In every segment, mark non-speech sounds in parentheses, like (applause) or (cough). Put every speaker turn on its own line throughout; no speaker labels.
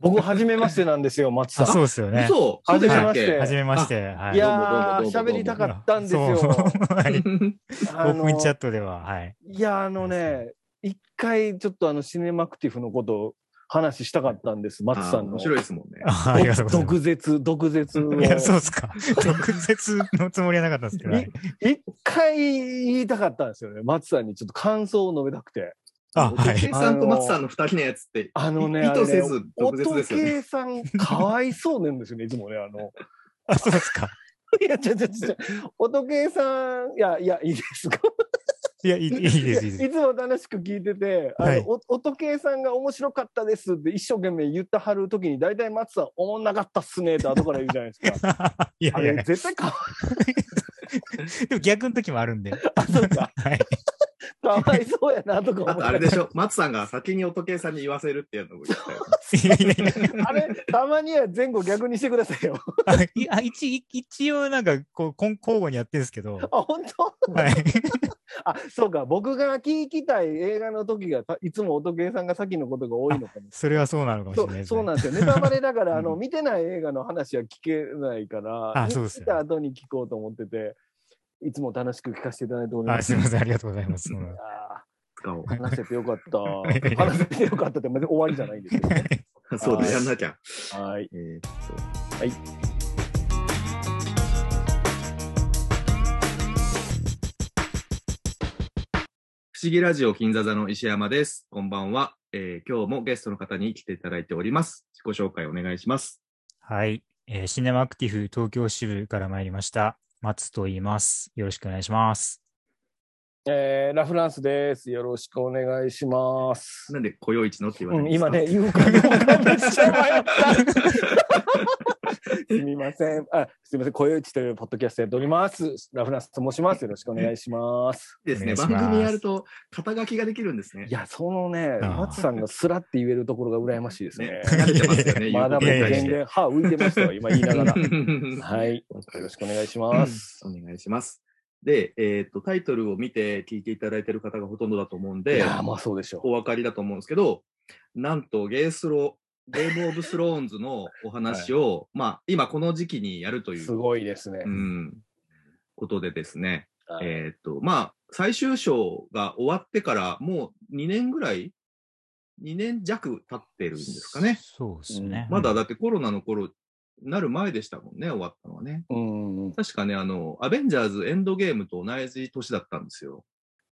僕、初めましてなんですよ、松さ
あ、
ん。
そうですよね。
嘘そうでしたっ
初め
け
ま
はじめまして。はい
い
い。
やー、
どうもどうもどうも
喋りたかったんですよ。
そうはい。オ
あ
ー
の
プンチャットでは、はい。
いや、あのね、一回、ちょっとあの、シネマクティフのことを話したかったんです、
あ
松さんの。
面白いですもんね。
あありがとうございま
毒舌、毒舌を
す。いや、そうですか。毒舌のつもりはなかったんですけど。はい
一回言いたかったんですよね。松さんにちょっと感想を述べたくて。
あ、は
時計
い。
さんと松さんの二人のやつって、
あのね、
意
あれ
図
ね
せず毒舌ですよね。
乙さん、かわいそうなんですよね、いつもね、あの。
あ、そうですか。
いや、ちょちょちょちょ、乙啓さん、いや、いや、いいですか。
いや、いいいいです、い
(laughs) い
い
や
で
いつも楽しく聞いてて、あの、
はい
お音圭さんが面白かったですって一生懸命言ったはるときに、大体松さん、おもんなかったっすねって後から言うじゃないです
す
か。。
(laughs) いや
あ
いやい
れ、
や、
絶対かわ
でも逆の時もあるんで。
あそう
(laughs)
か
はい。
かわいそうやなとか思
あ
って
とあれでしょ、松さんが先に乙計さんに言わせるっていうのも言ったよ
い
ね。
やいやいや
あれ、たまには前後逆にしてくださいよ。
あいあ一一応なんかこうこん交互にやってるんですけど、
あ、本当
はい、
あ、そうか、僕が聞きたい映画の時が、たいつも音圭さんが先のことが多いのかも。
それはそうなのかもし
そ
れない
う
です、
そ
ね。
うなんですよ。ネタバレだから、あの、
う
見てない映画の話は聞けないから、
あそうですよ
見た後に聞こうと思ってて、いつも楽しく聞かせていただいており
あ
ますす。
みません、ありがとうございます。そんな
あ
使
(laughs)
おう
ー話せてよかっ
(laughs) いやい
た。
や
話せてよかったって、まず終わりじゃないんですけ
(laughs)
どね。
そうだ、やんなきゃ。
はい。
えーそう不思議ラジオ金座座の石山です。こんばんは、えー今日もゲストの方に来ていただいております。自己紹介お願いします。
はい、えーシネマアクティフ東京支部から参りました。松と言います。よろしくお願いします。
えーラフランスです。よろしくお願いします。
なんで、今宵一のって言わ
う
ないん
ん、
ですか
今ね、。言うか
(laughs)
どうかめっちゃ迷った。すみません。あ、すみません。声打ちというポッドキャストやっております。ラフランスと申します。よろしくお願いします。
ですね、
お願いし
番
ます
組やると、肩書きができるんですね。
いや、そのね、
あー
松さんがスラって言えるところが羨ましいですね。
慣れてますよ
(laughs)
ね、
まだもう
いやいやいや
全然歯浮いてましたよ、今言いながら。
然
はい。よろしくお願いします。
お願いします。で、えっ、と、タイトルを見て聞いていただいている方がほとんどだと思うん
い
で、
やー、まあそうでしょう。
お分かりだと思うんですけど、なんとゲースロ、ゲームオブスローンズのお話を、まあ、今この時期にやるとい
す
う、
ごいですね
う。ん、ことでですね、
はい
えっ、と、まあ、最終章が終わってからもう2年ぐらい ?2 年弱経ってるんですかね。
そうですね。
まだだってコロナの頃、なる前でしたもんね、終わったのはね。
うん。
確かね、あの、アベンジャーズエンドゲームと同じ年だったんですよ。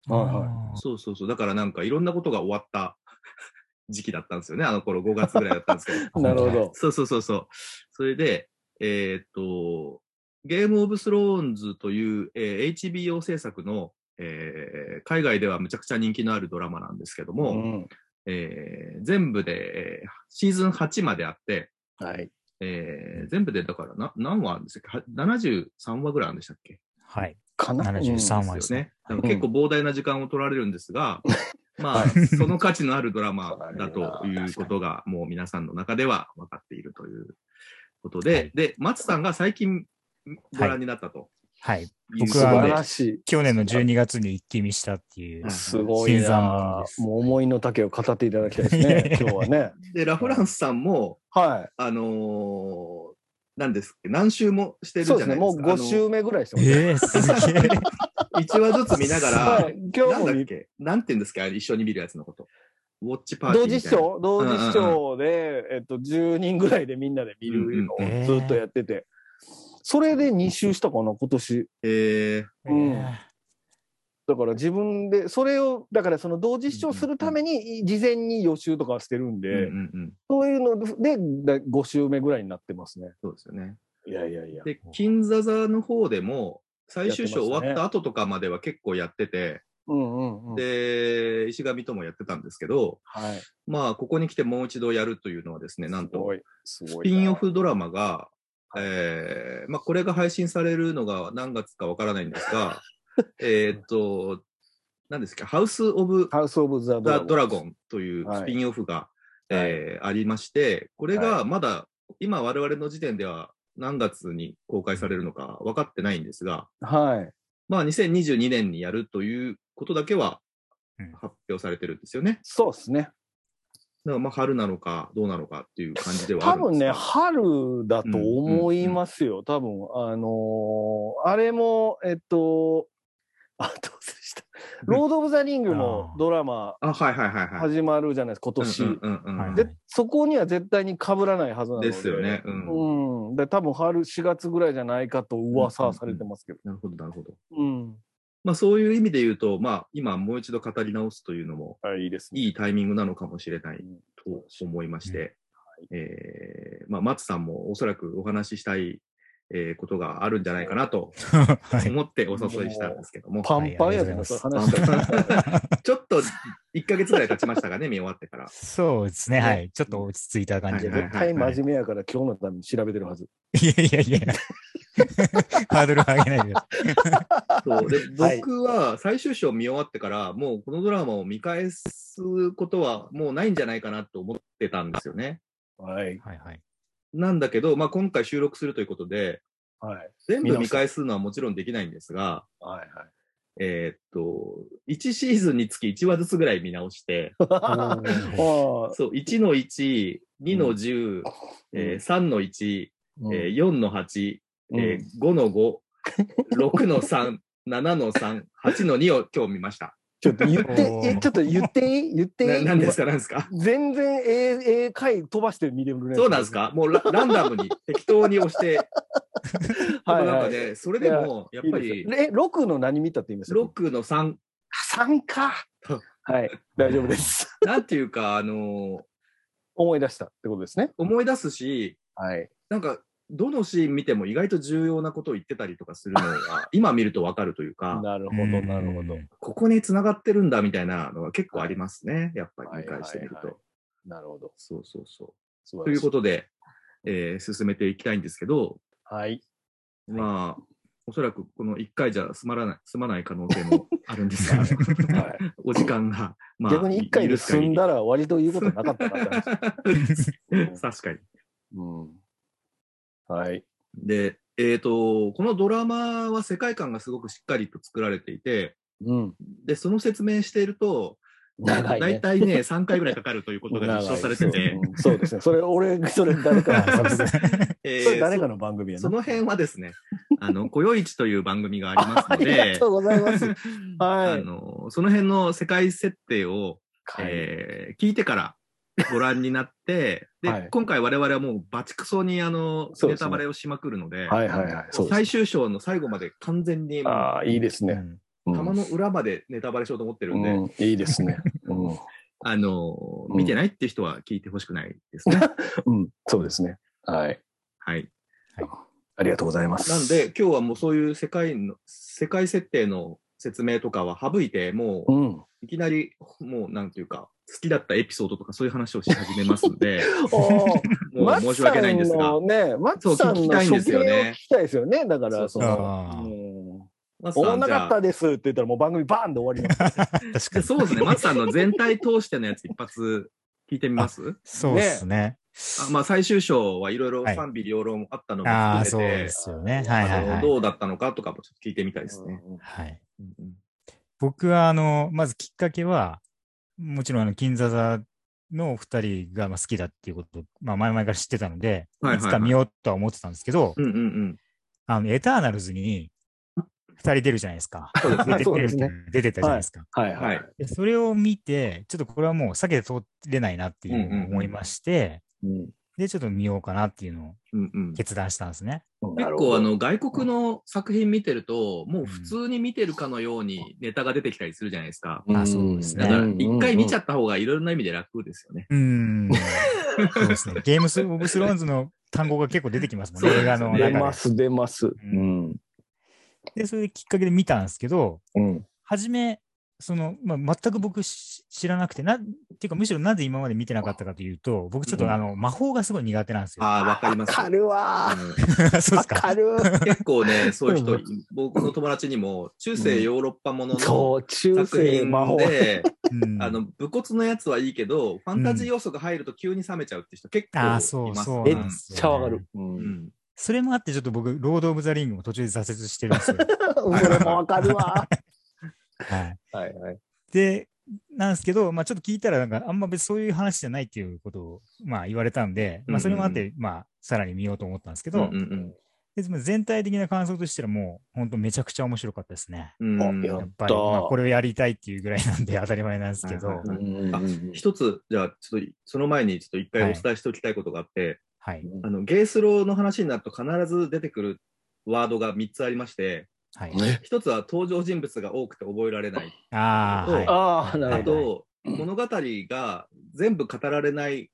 はいはい。
あー
そうそうそう。だからなんかいろんなことが終わった (laughs) 時期だったんですよね。あの頃5月ぐらいだったんですけど
なるほど。
そうそうそうそう。それで、えーっと、ゲームオブスローンズという、えー HBO 制作の、えー海外ではむちゃくちゃ人気のあるドラマなんですけども、
うん。
えー全部で、えーシーズン8まであって、
はい。
えー全部でだからな何話あるんでしたっけは ?73 話ぐらいあるんでしたっけ
はい。
かな
73話
で
ですす
よ
ね
ね。。だから結構膨大な時間を取られるんですが、まあ、その価値のあるドラマだということが、もう皆さんの中では分かっているということで、
はい
で、松さんが最近ご覧になったと
はい。
いう
僕
素
は
晴
こと
ら
で
しい。
去年の12月に一気見したっていう
は。
すごい
新参者
な
で。す
もう思いの丈を語っていただきたいですね、今日は
(laughs)
ね。
で、ラフランスさんも、
は
あのー、何ですっけ何週もして
い。
るじ
そ
ゃ
う
な
です
いで
ね、
すか。
もう5週目ぐらいしてますね。
えー、すげえ。
あの1話ずつ見なが
(laughs) は
ら
い、今
な
日
ん
も
だっ
見
けなんて言うんですかあれ一緒に見るやつのこと。ウォッチパーティ
同
ーみたい
時
な。
視聴同時視聴で、えっと、10人ぐらいでみんなで見るの
うんうん
をずっとやってて、それで2周したかな、今年。
えー
うんだから自分で、それを、だからその同時視聴するために、事前に予習とかはしてるんで、
うんうんうん。
そういうので、だ5周目ぐらいになってますね。
そうですよね。
いやいやいや。
で、金座座の方でも、最終章
やってましたね
終わった後とかまでは結構やってて、
うんうんうん。
で、石神ともやってたんですけど、
はい。
まあ、ここに来てもう一度やるというのはですね、なん
す
と
ご、い。す
ス
ごいな。
ピンオフドラマが、えーまあ、これが配信されるのが何月かわからないんです
(laughs)
が、えーっと、何ですか、ハウス・オブ・
ハウス・オブ・ザ・ドラ
ザ・
ゴン。
ドラゴンという
はい
スピンオフが、えーありまして、これがまだ、今我々の時点では何月に公開されるのか分かってないんですが、
はい。
まあ2022年にやるということだけは
うん
発表されてるんですよね。
そうですね。
だからまあ春なのかどうなのかっていう感じではあ
多
るん
分
です
ね、
が
春だと思いますよ、多分。あのーあれも、えっと、 (laughs) あ、どうでした。ロード・オブ・ザ・リングのドラマ
あはいはいはいはい。
始まるじゃないですか、今年。
うんうんうんうん
はい
で、そこには絶対に被らないはずなので。
ですよね。うん。
うん。で、多分春4月ぐらいじゃないかと噂はされてますけど。
なるほどなるほど。
うん。
まあそういう意味で言うと、まあ今もう一度語り直すというのも
あいいですね。
いいタイミングなのかもしれない
うん
と思いまして、えーまあ松さんもおそらくお話ししたい、えーことがあるんじゃないかなと
(laughs) はい。
思ってお誘いしたんですけども。
パンパンやで、
はいありがとうご
話して (laughs)
(laughs) ちょっと1ヶ月ぐらい経ちましたかね、見終わってから。
そうですね。はい。ちょっと落ち着いた感じ
はいはい
で
絶。対真面目やから今日のために調べてるはず。
いやいやい (laughs) や。ハードル上げないでくださ
そうで
(laughs) はい
僕は最終章見終わってから、もうこのドラマを見返すことはもうないんじゃないかなと思ってたんですよね。
はい。
い。はいはい。
なんだけど、まあ、今回収録するということで、
はい。
全
見
部
直す
見返すのはもちろんできないんですが、 (laughs)
はい。
えーっと、1シーズンにつき1話ずつぐらい見直 (laughs) して、
はい。 (laughs) ああ。
そう、1の1、2の10、えー3の1、
うん
えー4の8、えー5の5、6の3、7の3、8の2を今日見ました。
ちょっと言って
お、ー
え、ちょっと言っていい言ってい
ない何ですか何ですか
全然、ええ、ええ回飛ばして見れるね。
そうなんですかもうラランダムに適当に押 (laughs) して、
はい
でもなんか
はい
ね、それでもやっぱり
え、6の何見たって言いました
ロックの3、
3か。はい。大丈夫です。 (laughs)
なんていうか、あのー
思い出したってことですね。
思い出すし、
はい。
なんか、どのシーン見ても意外と重要なことを言ってたりとかするのが、今見るとわかるというか、
なるほ
う
ど、
ん
なるほど。
ここに繋がってるんだみたいなのが結構ありますね。やっぱり理解してみる
はいはいは。
と
なるほど。
そうそうそう。
素
と
晴
い
ら
う
しい
こ。とで、えー進めていきたいんですけど、
はい。
まあ、おそらくこの1回じゃ済まらない、済まない可能性
(laughs)
もあるんですが、
は
(laughs) お時間が、まあ、
逆に1回で済んだ
ら。
ら割と言うことなかったなって話。
(laughs) 確かに。
うん。はい。
で、えっ、と、このドラマは世界観がすごくしっかりと作られていて、
うん。
で、その説明していると、
長いね。
大体ね、3回ぐらいかかるということが実証されてて、
うんそうですね。それ、俺、それ誰か
あそう
の、
ですね
(laughs) えー
それ誰かの番組や
そ
な。
その辺はですね、あの、こよいちという番組があります
(laughs) あ
の
りが
で
と、うございます。は
(laughs) あ
い。
の、その辺の世界設定を、
はい
えー聞いてからご覧になって、で、
はい
今回我々はもうバチクソにあの、
そう
ネ
ですね
タバレをしまくるので、
はいはいはい。そうで
最
す。
終章の最後まで完全にもう
ああ、いいです
(laughs) う
ね。
ん
うん
玉の裏までネタバレしようと思ってるんで、
うんいいですね。うん
あの、
うん
見てないって人は聞いてほしくないです
(laughs)
ね。
うん、そうですね。はい。
はい。
ありがとうございます。
なんで、今日はもうそういう世界の、世界設定の説明とかは省いて、も
う。
うんいきなり、もうなんていうか、好きだったエピソードとかそういう話をし始めます
(laughs)
ので、
おー
もう申し訳ないんです
マッサ
が
ン、のね、マッさん
そう聞き
の
たいんで
初
す
見
よ
を
ね
聞きたいですよね。だか
そう
ら、
そ
そうの、
あー
うん
松
お
さ
も
ん
んな
じゃ
か
あ
ったですって言ったら、もう番組バーンで終わります。
確か
で
に。
そうですね、松さんの全体通してのやつ一発聞いてみます
そうですね。
あまあ、最終章はいろいろ
はい
賛否両論あったのも
ああ、そう
含め
で
て、
すよね。はいはい
あ
は
の
い。
どうだったのかとかもちょっと聞いてみたいですね。
はい、
うんうん
僕は、あの、まずきっかけは、もちろん、あの、金座座のお二人がまあ好きだっていうことを、まあ、前々から知ってたので、
はいはいはい
いつか見ようとは思ってたんですけど、
うんうんうん。
あの、エターナルズに二人出るじゃないですか。
そうですね。
そうですね
出てたじゃないですか。
はい
は
はいい。
でそれを見て、ちょっとこれはもう避けて通れないなっていうのを思いまして、
うん
で、ちょっと見ようかなっていうのを
うん
(laughs)
うん、結
決断したんですね。
なるほ
構
ど
あの外国の作品見てると、もう普通に見てるかのようにネタが出てきたりするじゃないですか。
あそうですね
だから一回見ちゃ
っ
った方がいろいろな意味で楽ですよね。
うーん。そうですね。ゲームス・オブ・スローンズの単語が結構出てきますもんね。
そう
映画の
た
出
中
ます、出ます。うん。
で。で、そういうきっかけで見たんですけど、
うん。
初め、その、まあ、全く僕し知らなくて、な、っていうかむしろなぜ今まで見てなかったかというと、僕ちょっ
うん
とあの、魔法がすごい苦手なんですよ。
ああ、わかります。
わかるわ
うん
そうで
わ
すか。
かる。
うん結構ね、そういう人、
うん
僕の友達にも、中世ヨーロッパものの
そう、中
作
世
品
魔法。
で、
うん
あの、武骨のやつはいいけど、ファンタジー要素が入ると急に冷めちゃうって人結構い
あ
ま
ー
す。
そうそう
め
な
っ
んです
ちゃわかる。う。
うんん
それもあって、ちょっと僕、ロード・オブ・ザ・リングも途中で挫折
(laughs)
してるんですよ。
俺もわかるわ。
はい。
はいはい。
で、なんですけど、まあ、ちょっと聞いたら、なんか、あんま別にそういう話じゃないっていうことを、まあ、言われたんで、まあ、それもあっ
う
て、まあ、さらに見ようと思ったんですけ
うん
ど、でまあ全体的な感想としては、もう、本当めちゃくちゃ面白かったですね。
うんうん
あいや
やっ
や
ぱ
った
り、
ー
まあ、これをやりたいっていうぐらいなんで、当たり前なんですけど
はい、はいは
うん
あ一つ、じゃあ、ちょっと、その前にちょっと一回お伝えしておきたいことがあって、
はい。
あの、ゲイスローの話になると必ず出てくるワードが3つありまして、
はい。
ね
一つは登場人物が多くて覚えられない。
ああ、はい。
ああ、な
あ
るほど。
と、物語が全部語られない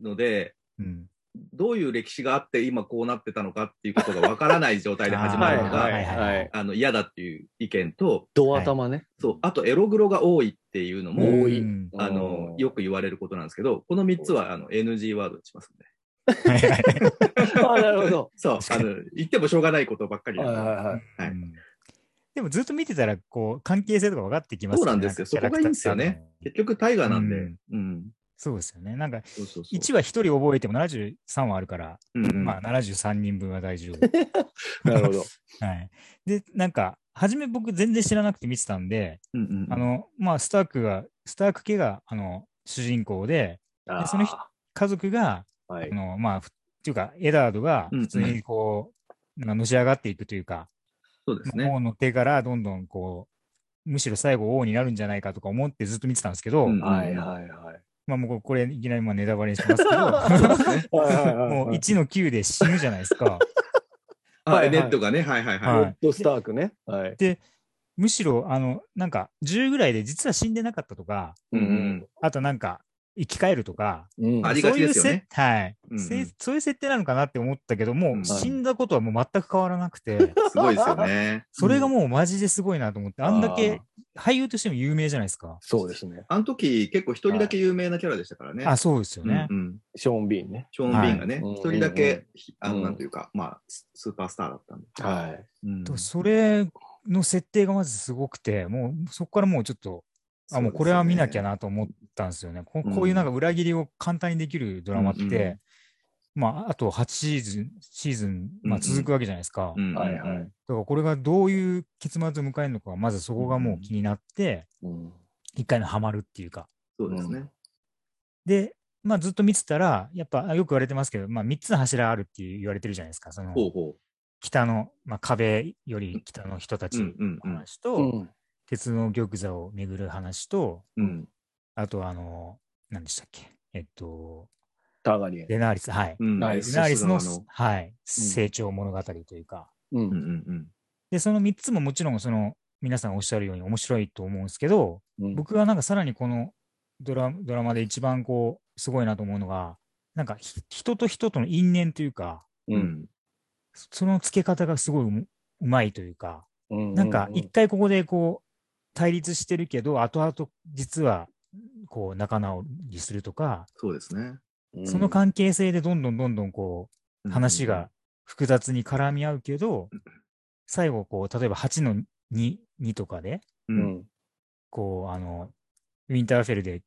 ので、
うん。
どういう歴史があって今こうなってたのかっていうことがわからない状態で始ま
はい
るのが、
はいはい。
あの嫌だっていう意見と、
ド頭ね。
そう、あとエログロが多いっていうの
多
も、
い
うん
(laughs) あの、よ
く。
く言われることなんですけど、この3つはあの NG ワードにしますんで。
はいはい
あなるほど。
(laughs) そう、あの、言ってもしょうがないことばっかり
はい
なんで
はいはい。
はい
うんでもずっと見てたら、こう、関係性とか分かってきます
そうなんですよ。そこがいいんですよね。
キャラクター
結局、タイガーなんで。
う
うんん。
そうですよね。なんか、
そうそうそう。
1話1人覚えても73話あるから、
うんうん
まあ73人分は大丈夫。
(laughs)
なるほど。
はい。で、なんか、初め僕全然知らなくて見てたんで、
うんうん
あの、まあ、スタークが、スターク家が、あの、主人公で、
あー
その人家族が、
はい
あ。の、まあ、ふっていうか、エダードが普通にこう、なんかのし上がっていくというか、
そうです
まあ
ね。
王の手からどんどんこう、むしろ最後王になるんじゃないかとか思ってずっと見てたんですけど、
うん
はいはいはい。
まあもうこれいきなりまあネタバレにしますけ
そう
ど、
ですね
はいはい
(laughs)
はい
もう1の9で死ぬじゃないですか。
あ
はいはい
ネットがね、はいはい
は
はいい。
ロッド・スタークね。はい。
むしろ、あの、なんか10ぐらいで実は死んでなかったとか、
うんうん
あとなんか生き返るとか、
うん
ありがちですよね
そういう設はい、
うんうん
せそういう設定なのかなって思ったけど、も
う
うん死んだことはもう全く変わらなくて、
すごいですよ
(laughs)
ね。
それがもうマジですごいなと思って、あん
あ
だ
ー
け俳優としても有名じゃないですか。
(laughs) そうですね。
あの時、結構一人だけ有名なキャラでしたからね。
あ、そうですよね。
うんうん
ショーン・ビーンね。
ショーン・ビーンがね、
はい
一人だけ、ひあ
う
の、
ん
なんというか、まあ、ススーパースターだったんで。
はい。
うん
とそれの設定がまずすごくて、もうそこからもうちょっと、あ、もうこれは見なきゃ。なと思ったんですよね。ここういうなんか裏切りを簡単にできるドラマって、
うんうん
まあ、あと8シーズン、シーズン、まあ、
うんうん
続くわけじゃないですか。
うんうん
はいはい。
だからこれがどういう結末を迎えるのか、まずそこがもう気になって、
うん
一回のハマるっていうか。
そうですね。
で、まあ、ずっと見てたら、やっぱあよく言われてますけど、まあ、3つの柱あるって言われてるじゃないですか。その
ほうほ
北の、まあ、壁より北の人た
う。
ち
う
の
んうんうん
話と、
うん
鉄の玉座を巡る話と、
うん。
あとあの、何でしたっけ、えっと、
ターガリエン。
レナーリス、はい。
うん。
ナ
レ
イス
ナーリスの、
さすがの
はい、成長物語というか、
う
うん
ん
うん
で、その3つももちろん、その、皆さんおっしゃるように面白いと思うんですけど、
うん
僕はなんかさらにこのドラドラマで一番こう、すごいなと思うのが、なんかひ人と人との因縁というか、
うん。うん。
そその付け方がすごいうむうまいというか、
うん
なんか一回ここでこう対立してるけど後々実はこう仲直りするとか、
そうですね。
その関係性でどんどんどんどんこ
う
うん話が。複雑に絡み合うけど、最後こう例えば8の 2, 2とかで
う。
うんん。
こうあのウィンターフェルで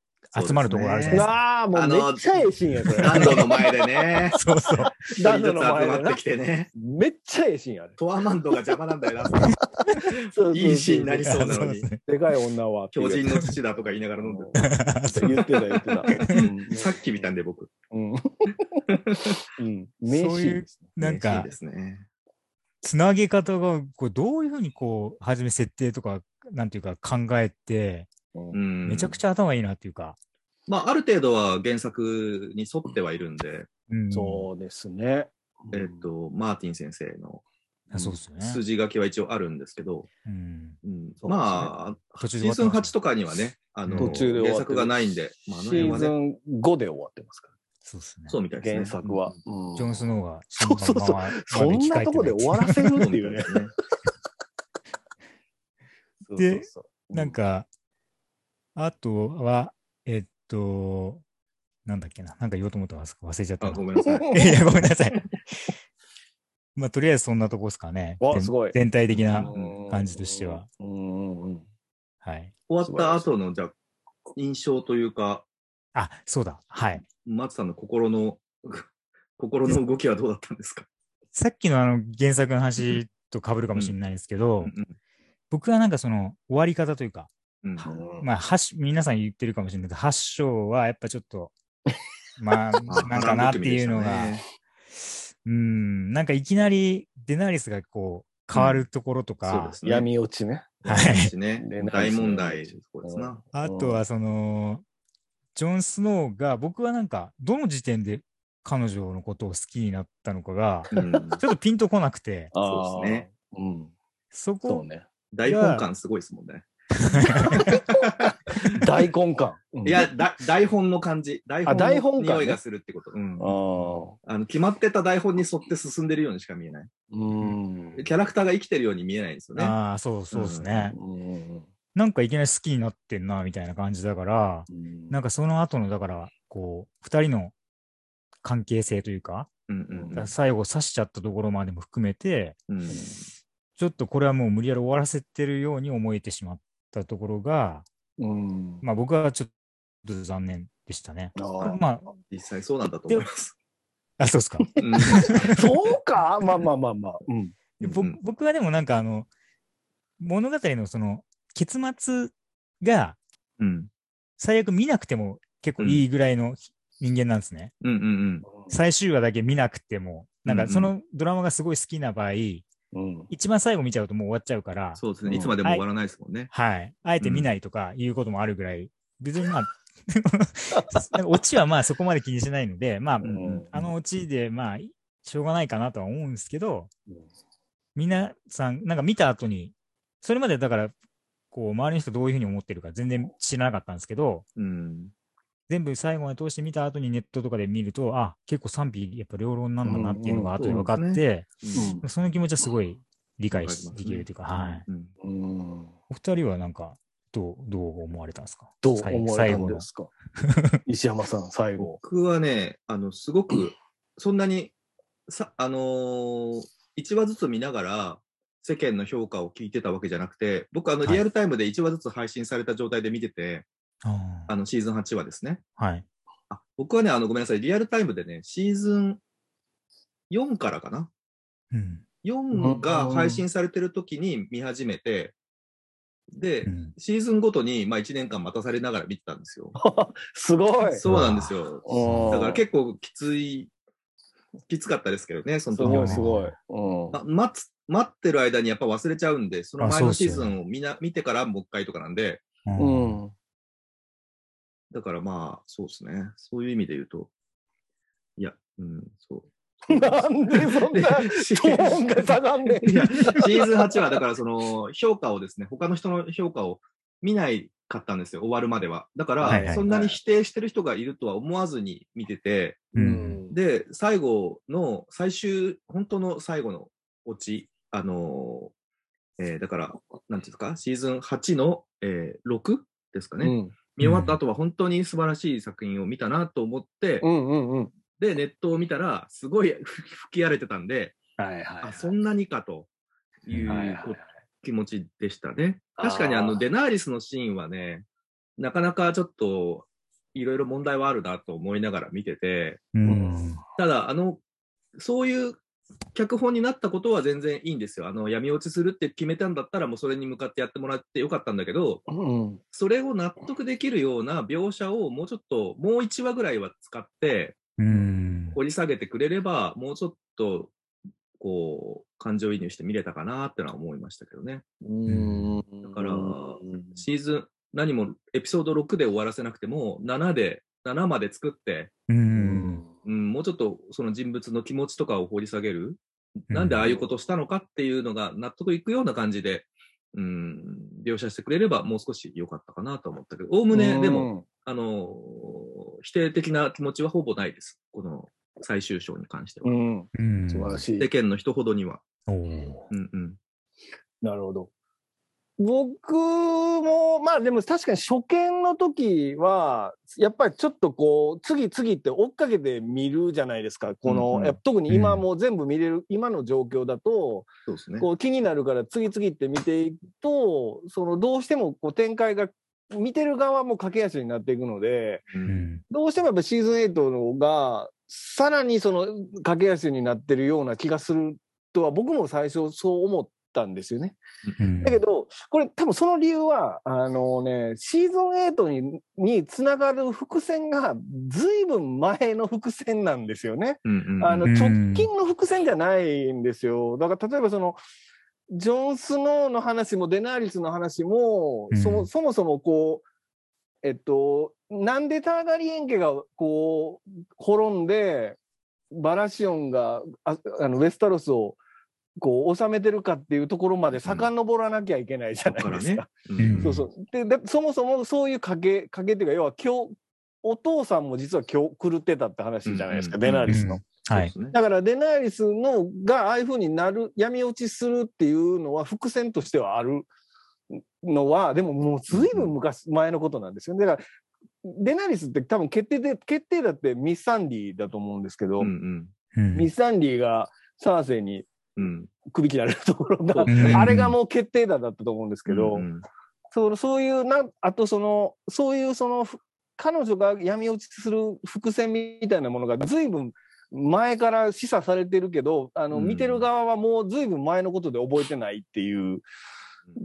集まるところあるじゃ
う
ないですか。
わあ、もうめっちゃええシーンや、それ。
(laughs) ランドの前
(laughs)
でね。
そうそう
(laughs) 一人ずつ集まってきてね。
めっちゃええシーンやで。
トアマンドが邪魔なんだ
(laughs)
よな。
そうそうそう
いいシーンになりそうな
そ
の
う
に
です。ね
でかい女は。
巨人の父だとか言いながら飲んで
う
る。
ん言ってた、言ってた。うん
さっき見たんで僕。
うん。うん。名シーン
そういう
ですね
なん
嬉しい
か
ですね。
つなげ方がこうどういうふうにこう初め設定とかなんていうか考えて
うん
うん
めちゃくちゃ頭いいなっていうか、
まあ、ある程度は原作に沿ってはいるんで、
うん
そうですね。
えっと、マーティン先生の
あそうですよね。
筋書きは一応あるんですけど、
うん
うん
そうですね
まあ、
途中
シ
で終わ
ー
ってま
ズン
すね
8とかにはね、あの、
途
中で終わってる
原作がないんで、まあ、あ
シ
の辺
ー
は
ズ
ね、
ン5で終わってますか
そうですね。
そうみたいです
ら、
ね。
原作は。うん
ジョン・スノーが
そうそうそうそんなとこで終わらせる
うん。
っ
そ
て
うみ
い
た
う
い
ね
で。すね。
そう
で
そうそう
なん、か、あとは、えっと、なんだっけな、なんか言おうと思ったんです忘れちゃった
あ、
な。
ごめん
(laughs)
なさい。
(laughs) いやいや、ごめんなさい。まあ、とりあえずそんなとこですかね。
わ
全
すごい
全体的な
う
感じとしては。
うんうんうん。
はい。
終わった後の、じゃあ印象というか、
あ、そうだ。はい。
松さんの心の、 (laughs) 心の動きはどうだったんですか
さっきのあの原作の話と被るかもしれないですけど、僕はなんかその終わり方というか、
うん
まあ、八皆さん言ってるかもしれないけど、8章はやっぱちょっ
(laughs)
と、まあ、なんかなっていうのが、うん、なんかいきなりデナリスがこう、変わるところと
そう
か
で、すね。
闇落ちね。
ですね
はい。
大問題、そうですな。
あとはその、ジョン・スノーが、僕はなんか、どの時点で彼女のことを好きになったのかが、
うん
ちょっとピンとこなくて、
そうですね
あー。うん。そ
そこ
う、ね。
大本感すごいですもんね。
大根感。うん
いや、、だ台本の感じ。台
あ台
本
本
の
感
匂
ね
いがするってこと。うん
ああ。
あの決まってた台本に沿って進んでるようにしか見えない。
うん。
キャラクターが生きてるように見えないんですよね。
ああ、そうそうですね、
うん
なんかいきなり好きになってんな、みたいな感じだから、なんかその後の、だから、こう、二人の関係性というか、
うんうんうん
最後刺しちゃったところまでも含めて、
うん
ちょっとこれはもう無理やり終わらせてるように思えてしまったところが、
うん。
まあ僕はちょっと残念でしたね。
あー
まあ、
実際そうなんだと思います。
あ、そうですか。
うん
(laughs) そうかまあまあまあまあ。うん。
で僕
うん
僕はでもなんかあの、物語のその結末が
うん
最悪見なくても結構いいぐらいの人間なんですね。
うんうん
最終話だけ見なくても、なん
うん
か
うん
そのドラマがすごい好きな場合、
うん。
一番最後見ちゃうともう終わっちゃうから、
そうですね。いつまでも終わらないですもんね。
はい。あえて見ないとかいうこともあるぐらい、別にまあ、 (laughs) なんかオチはまあそこまで気にしないので、まあ、
うん
あのオチでまあ、しょうがないかなとは思うんですけど、
うん
皆さん、なんか見た後に、それまでだから、こう、周りの人どういうふうに思ってるか全然知らなかったんですけど、
うん
全部最後まで通して見た後にネットとかで見ると、あ、結構賛否、やっぱ両論なんだなっていうのが後で分かって、
うんうん
そ
そううん
の気持ちはすごい理解
わ
し
かります
で
ね
きるというか、はい。
うん
うん。
お二人はなんか、どう、どう思われたんですか
どう
最
思われ
最
たん
後の
で。す (laughs) か石山さん、最後。
僕はね、あの、すごく、そんなに、さ、あのー、1話ずつ見ながら、世間の評価を聞いてたわけじゃなくて、僕、あ
は
の、
い
リアルタイムで1話ずつ配信された状態で見てて、
あ
あの、シーズン8話ですね。
ーはい。
あ、僕はね、あの、ごめんなさい、リアルタイムでね、シーズン4からかな。
うん。
4が配信されてる時に見始めて、で
う、ん
シーズンごとに、まあ、1年間待たされながら見てたんですよ。
すごい
そうなんですよ。
うん
だから結構きつい、きつかったですけどね、その
す
時
ご
はね
いすごい。うん
ま待つ待ってる間にやっぱ忘れちゃうんで、その前
あそう
の
っす
シ
よ
ー
ね
ズンをみんな見てからもう一回とかなんで、
う
うん
ん。
だからまあ、そうですね。そういう意味で言うと、いや、うん、そう。
なんでそんなトーンが下がんね
い
ん。
やシーズン8は、だからその評価をですね、他の人の評価を見ないかったんですよ、終わるまでは。だから、
はいはいはい
そんなに否定してる人がいるとは思わずに見てて、
うん
で、最後の、最終、本当の最後のオチ、あのーえーだから、なんていうんですか、シーズン8の、えー、6ですかね、
うん
見終わった後は本当に素晴らしい作品を見たなと思って、
うんうんうん。
で、ネットを見たら、すごい (laughs) 吹き荒れてたんで、
はいは
あ、そんなにかという
はいはい
こ
はい
気持ちでしたね。確かに、
あ
あ
ー
の、デナーリスのシーンはね、なかなかちょっと、いろいろ問題はあるなと思いながら見てて、
うん。
ただ、あの、そういう脚本になったことは全然いいんですよ。あの、闇落ちするって決めたんだったら、もうそれに向かってやってもらってよかったんだけど、
うん。
それを納得できるような描写をもうちょっと、もう1話ぐらいは使って、
うん。
掘り下げてくれれば、もうちょっと、こう、感情移入して見れたかなってのは思いましたけどね。
うん。
だからシーズン、何もエピソード6で終わらせなくても、7で、7まで作って、
う
う。
んん。
うん、もうちょっとその人物の気持ちとかを掘り下げる、なんでああいうことしたのかっていうのが納得いくような感じで、うん、描写してくれればもう少し良かったかなと思ったけど、おおむね、でも、あのー、否定的な気持ちはほぼないです。この最終章に関して
う
は。
ん。うん。
うん。
素晴ら
い。
しい
世。間の人ほどには。
おー
うんうん。
なるほど。僕も、まあでも確かに初見の時は、やっぱりちょっとこう、次々って追っかけて見るじゃないですか。この、
うんうん
やっぱ特に今もう全部見れる、今の状況だと、
そうですね。
こう気になるから次々って見ていくと、そのどうしてもこう展開が、見てる側も駆け足になっていくので、
う
う
んん。
どうしてもやっぱシーズン8の方が、さらにその駆け足になってるような気がするとは、僕も最初そう思ったんですよね。
うん
だけど、そう、これ多分その理由は、あのね、シーズン8に、につながる伏線が随分前の伏線なんですよね。
うんうんうん
あの、
うん
直近の伏線じゃないんですよ。だから例えばその、ジョン・スノーの話もデナーリスの話も、
うん
そもそもそもこう、えっと、なんでターガリエン家がこう、滅んで、バラシオンがああのウェスタロスをこう治めてるかっていうところまで遡らなきゃいけないじゃないですか。
うん
うん
そうそう。で、だそもそもそういう影、影っていうか、要は今日、お父さんも実は今日狂ってたって話じゃないですか、
うん
デナーリスの。
そう
は
で
い。
すね
だからデナーリスのがああいうふうになる、闇落ちするっていうのは伏線としてはあるのは、でももう随分昔、前のことなんですよね。だから、デナーリスって多分決定で、決定だってミス・サンディだと思うんですけど、
うんうん
うん
ミス・サンディがサーセイに
うん
首切られるところが、
うん
あれがもう決定打だったと思うんですけど、
うん
そうそういうな、あとその、そういうその、ふ彼女が闇落ちする伏線みたいなものが随分前から示唆されてるけど、あの、
うん
見てる側はもう随分前のことで覚えてないっていう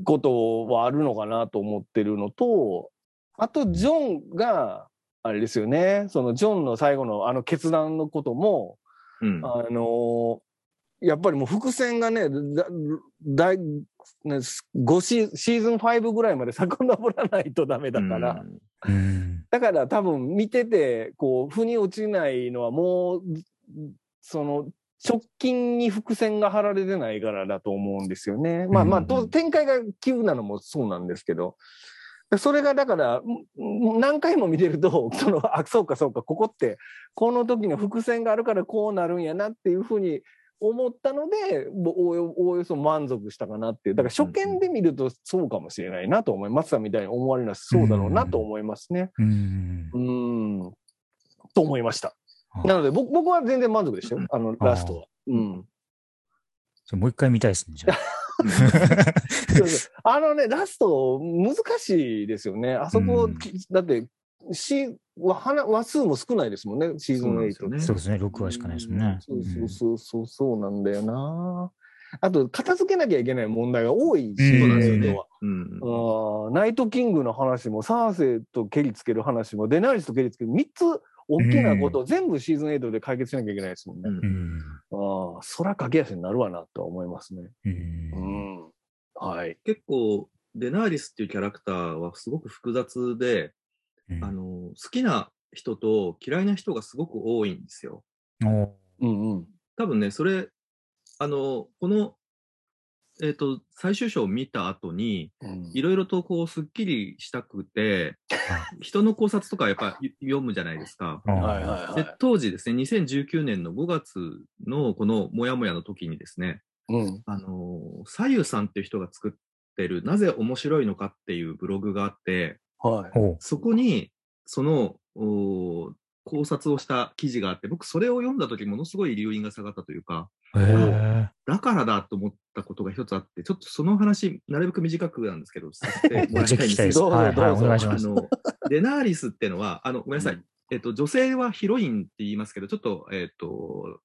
ことはあるのかなと思ってるのと、あと、ジョンが、あれですよね、そのジョンの最後のあの決断のことも、
うん
あのーやっぱりもう伏線がね、だだいねすごしシーズン5ぐらいまで (laughs) 遡らないとダメだから、
うん
うん
だから多分見てて、こう、腑に落ちないのはもう、その、直近に伏線が張られてないからだと思うんですよね。まあまあ、
うん
と展開が急なのもそうなんですけど、それがだから、んん何回も見てると、その、あ、そうかそうか、ここって、この時の伏線があるからこうなるんやなっていうふうに思ったので、ぼおおよおおよそ満足したかなっていう。だから初見で見るとそうかもしれないなと思います。松さんみたいに思われるのはそうだろうなと思いますね。
うん
うーん。と思いました。
あ
なので、僕僕は全然満足でしたよ。あの、
あ
ラストは。うん。
それもう一回見たいですね、
(laughs)
じゃあ。
そうそうあのね、ラスト、難しいですよね。あそこ、
うん
だって、し、わ、話、話数も少ないですもんね、シーズン
そうなん
8
ですよね
そうですね、6話しかないですもんね。
うんそうそうそうそう、そうなんだよな。あと、片付けなきゃいけない問題が多いし、
うん
そうなんですよ
映像
ね
は。 (laughs)
うん
あーナイトキングの話もサーセイとケリつける話もデナリスとケリつける3つ大きなことを全部シーズン8で解決しなきゃいけないですもんね。
うん
うん
ああ、そら駆け足になるわなとは思いますね。
う
うんん。はい。
結構、デナーリスっていうキャラクターはすごく複雑で、
うん
あの、好きな人と嫌いな人がすごく多いんですよ。
お
うんうん。
多分ね、それ、あの、この、えっ、と、最終章を見た後に、
うん
いろいろとこう、すっきりしたくて
は、
人の考察とかやっぱり読むじゃないですか。
うん
はいはい
で
はい。
当時ですね、2019年の5月のこのモヤモヤの時にですね、
うん。
あのー、さゆさんっていう人が作ってる、なぜ面白いのかっていうブログがあって、
はい。
おう
そこに、その、おー考察をした記事があって、僕それを読んだ時ものすごい留飲が下がったというか、
へえ
だからだと思ったことが一つあって、ちょっとその話、なるべく短くなんですけど、させても
めっ
ら
(laughs)
い
ちゃ
た
聞
い
き
んです
たい
け
です。
ど、
どうぞ
はいはい、
どう
お
ぞ
願いし
あ
ます。
の、デナーリスってのは、あの、ごめんなさい、えっと、女性はヒロインって言いますけど、ちょっと、えっと、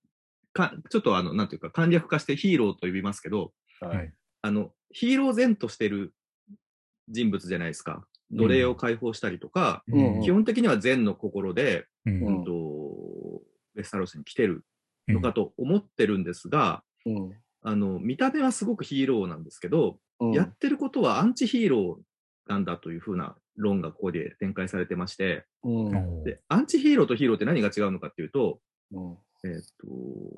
かちょっとあの、なんていうか、簡略化してヒーローと呼びますけど、
はい。
あの、ヒーロー前としてる人物じゃないですか。奴隷を解放したりとか、
うん
基本的には善の心で、
うん
う
うんんと、ウェスタロスに来てるのかと思ってるんですが、
うん
あの、見た目はすごくヒーローなんですけど、
うん。
やってることはアンチヒーローなんだというふうな論がここで展開されてまして、
うん。うん。
おう
で、アンチヒーローとヒーローって何が違うのかっていうと、
うん
えっ、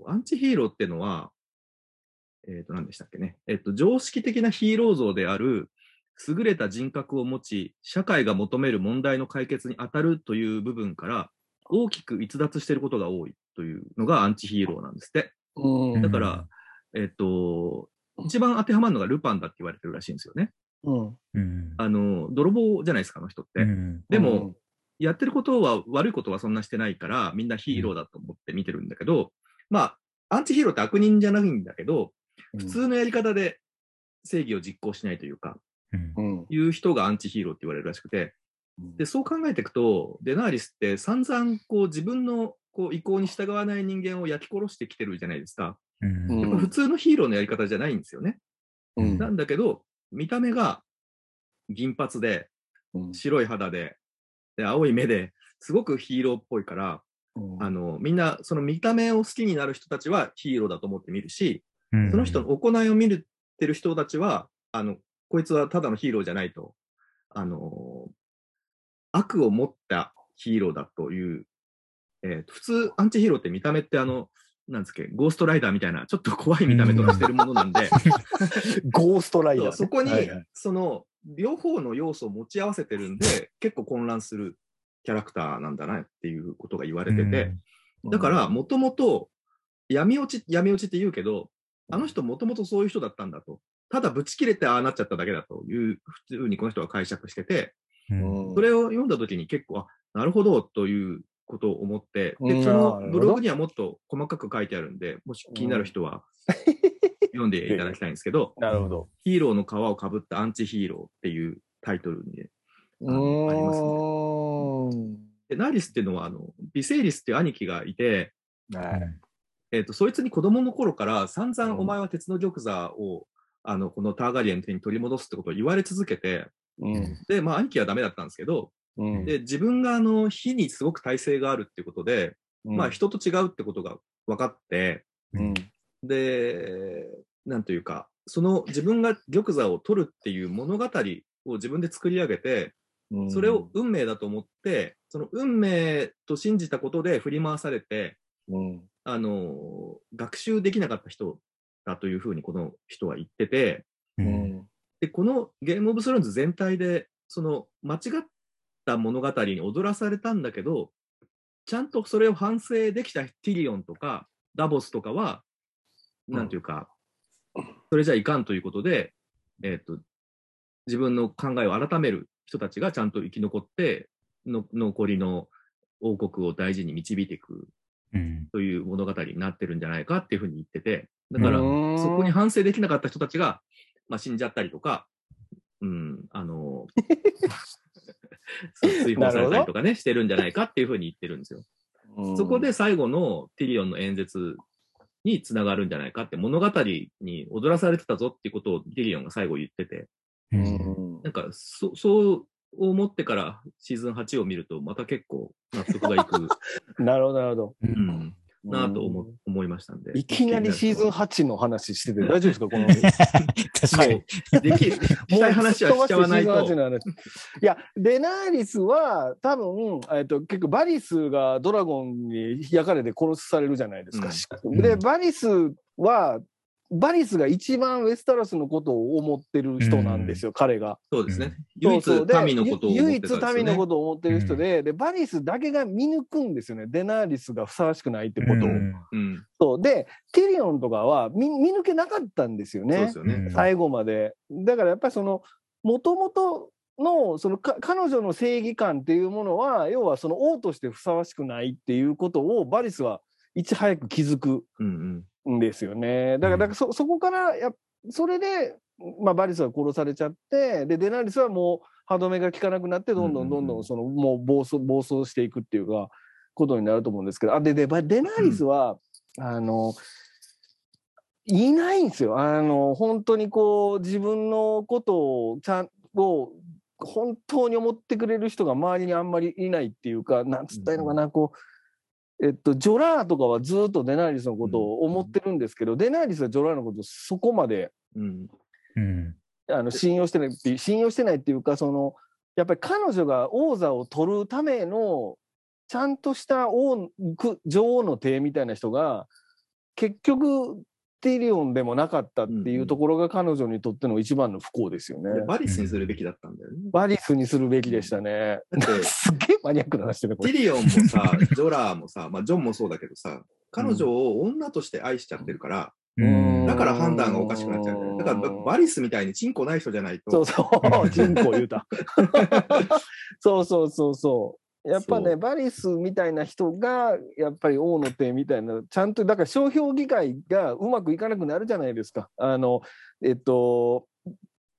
と、アンチヒーローってのは、えっ、と、何でしたっけね。えっ、と、常識的なヒーロー像である、優れた人格を持ち、社会が求める問題の解決に当たるという部分から、大きく逸脱していることが多いというのがアンチヒーローなんですって。
うん
だから、えっ、と、一番当てはまるのがルパンだって言われてるらしいんですよね。
うん。
うん
あの、泥棒じゃないですか、あの人って。
うん
でも、やってることは悪いことはそんなしてないから、みんなヒーローだと思って見てるんだけど、まあ、アンチヒーローって悪人じゃないんだけど、
うん、
普通のやり方で正義を実行しないというか、
うん
うん。
いう人がアンチヒーローって言われるらしくて、で、そう考えていくと、デナーリスって散々こう自分のこう意向に従わない人間を焼き殺してきてるじゃないですか。
うん
うん
普通のヒーローのやり方じゃないんですよね。
うん
なんだけど、見た目が銀髪で、
うん
白い肌で、で青い目で、すごくヒーローっぽいから、
うん
あの、みんな、その見た目を好きになる人たちはヒーローだと思って見るし、
うん
その人の行いを見るってる人たちは、あの、こいつはただのヒーローじゃないと、あの、悪を持ったヒーローだという、えーと普通、アンチヒーローって見た目ってあの、なんですっけ、ゴーストライダーみたいな、ちょっと怖い見た目とかしてるもの
(laughs)
なんで、
ゴーストライダー
そ
ね、
うそこに、
はいはい
その、両方の要素を持ち合わせてるんで、結構混乱するキャラクターなんだなっていうことが言われてて、だから、、もともと、闇落ち、闇落ちって言うけど、あの人もともとそういう人だったんだと。ただぶち切れてああなっちゃっただけだという、普通にこの人は解釈してて、
うん
それを読んだ時に結構、あ、なるほどということを思って、
うん
で、そ
なるほ
の
ど
ブログにはもっと細かく書いてあるんで、もし気になる
(laughs)
人は読んでいただきたいんですけど、
なるほど。
ヒーローの皮をかぶったアンチヒーローっていうタイトル
う
に、ありますね
ーん。
で、ナーリスっていうのは、あの、ビセイリスっていう兄貴がいて、
はい
えっとそいつに子供の頃から散々
うん
お前は鉄の玉座を、あのこのターガリエンの手に取り戻すってことを言われ続けて
うん
でまあ兄貴はダメだったんですけど
うん
で自分があの火にすごく耐性があるってことで、まあ人と違うってことが分かって
うん
でなんというかその自分が玉座を取るっていう物語を自分で作り上げて
うん
それを運命だと思ってその運命と信じたことで振り回されて
うん
あの、学習できなかった人だというふうにこの人は言ってて、
う
う
んん
で、このゲームオブスローンズ全体で、その間違った物語に踊らされたんだけど、ちゃんとそれを反省できたティリオンとかダボスとかは、なんていうか、それじゃいかんということで、えっ、と、自分の考えを改める人たちがちゃんと生き残って、の残りの王国を大事に導いていく
うん
という物語になってるんじゃないかっていうふうに言ってて、だから
う、ーん
そこに反省できなかった人たちが、まあ、死んじゃったりとか、うん、あの、 (laughs) そう追放されたりとかね、してるんじゃないかっていうふうに言ってるんですよ。そこで、最後のティリオンの演説につながるんじゃないかって、物語に踊らされてたぞっていうことをティリオンが最後言ってて、
う
うん
ん
なんか、そそう思ってからシーズン8を見ると、また結構納得がい
(laughs)
く、
なるほど、なるほど。
うん、なあと
う
思
ん
思いましたんで。
いきなりシーズン8の話してて大丈夫ですか
(laughs)
この。
確かに。
で (laughs) き、したい話はしちゃわない
もうずっ飛ばしてシーズン。8
と
の話い
(laughs)
や、デナーリスは多分、えっと、結構バリスがドラゴンに焼かれて殺されるじゃないですか。
ん
で、
うん
バリスは、バリスが一番ウェスタロスのことを思ってる人なんですよ、彼が。
そうですね。
そ
唯
う
一
そうで
民のことを思ってたんですよ、ね。
唯一民のことを思ってる人で、で、バリスだけが見抜くんですよね。デナーリスがふさわしくないってことを。
うん
うん。
そう。で、ティリオンとかは見見抜けなかったんですよ
そう
ね
で。すよね。
うん
最後まで。だからやっぱりその、もともとの、そのか、彼女の正義感っていうものは、要はその王としてふさわしくないっていうことを、バリスはいち早く気づく
うんうん。
んですよね。だから、だからそ、そこからやっ、それで、まあ、バリスは殺されちゃって、で、デナリスはもう歯止めが効かなくなって、どんどんどん
うんうんう
ど
ん
ん、その、もう暴走、暴走していくっていうか、ことになると思うんですけど、あ、で、で、ばデナリスは、あの、いないんですよ。あの、本当にこう、自分のことを、ちゃん、を、本当に思ってくれる人が周りにあんまりいないっていうか、なんつったらいいのかな、こう、えっと、ジョラーとかはずっとデナーリスのことを思ってるんですけど、デナーリスはジョラーのことをそこまで
うん。
うん
あの信用してないっていう、信用してないっていうか、その、やっぱり彼女が王座を取るための、ちゃんとした王、く女王の帝みたいな人が、結局、ティリオンでもなかったっていうところが彼女にとっての一番の不幸ですよね。
でバリスにするべきだったんだよね。
バリスにするべきでしたね。
だっ
(laughs)
て、
すげえマニアックな話してるこ
ティ
れ。
リオンもさ、ジョラーもさ、まあ、ジョンもそうだけどさ、彼女を女として愛しちゃってるから、
うん
だから判断がおかしくなっちゃうんだよね。だから、
うん
バリスみたいにチンコない人じゃないと。
そう
(laughs)
そう、人口言うた。そうそうそうそう。やっぱ
そ
ね、
う
バリスみたいな人が、やっぱり王の手みたいな、ちゃんと、だから商標議会がうまくいかなくなるじゃないですか。あの、えっと、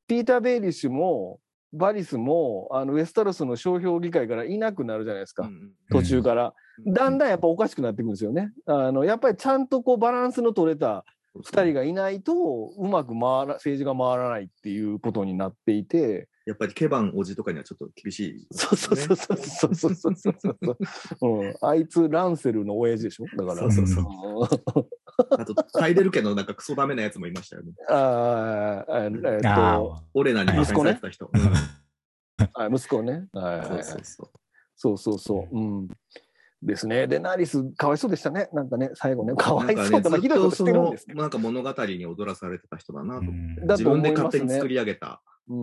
ピーター・ベイリッシュも、バリスも、あのウェスタロスの商標議会からいなくなるじゃないですか、
うん
途中から。
うん
だんだんやっぱおかしくなってくるんですよね。あの、やっぱりちゃんとこうバランスの取れた2人がいないとうまく回ら政治が回らないっていうことになっていて、
やっぱりケバンおじとかにはちょっと厳しい、
そうそうそうそうそうそうそうそうそう、うん、あいつランセルの親父でしょだから
そうそうそうあと、タイデル家のなんかクソダメなやつもいましたよね。
んあーえーえーっ
あ
と
オレナにバカにされてた人。うん
あ息子ねはいはい
そ
は
う
い
そ
そ
うそう
うそうそううんですねでナリスかわいそうでしたねなんかね最後ね (laughs) かわ
なん
い
か
そう
ね、
だな
ず
ひ
っ
どいこととし
そ
てるん
の
ですけど
なんか物語に踊らされてた人だ
あ、
なと
う。ん
だ
自
と思
分
いますね
で勝手に作り上げた。
う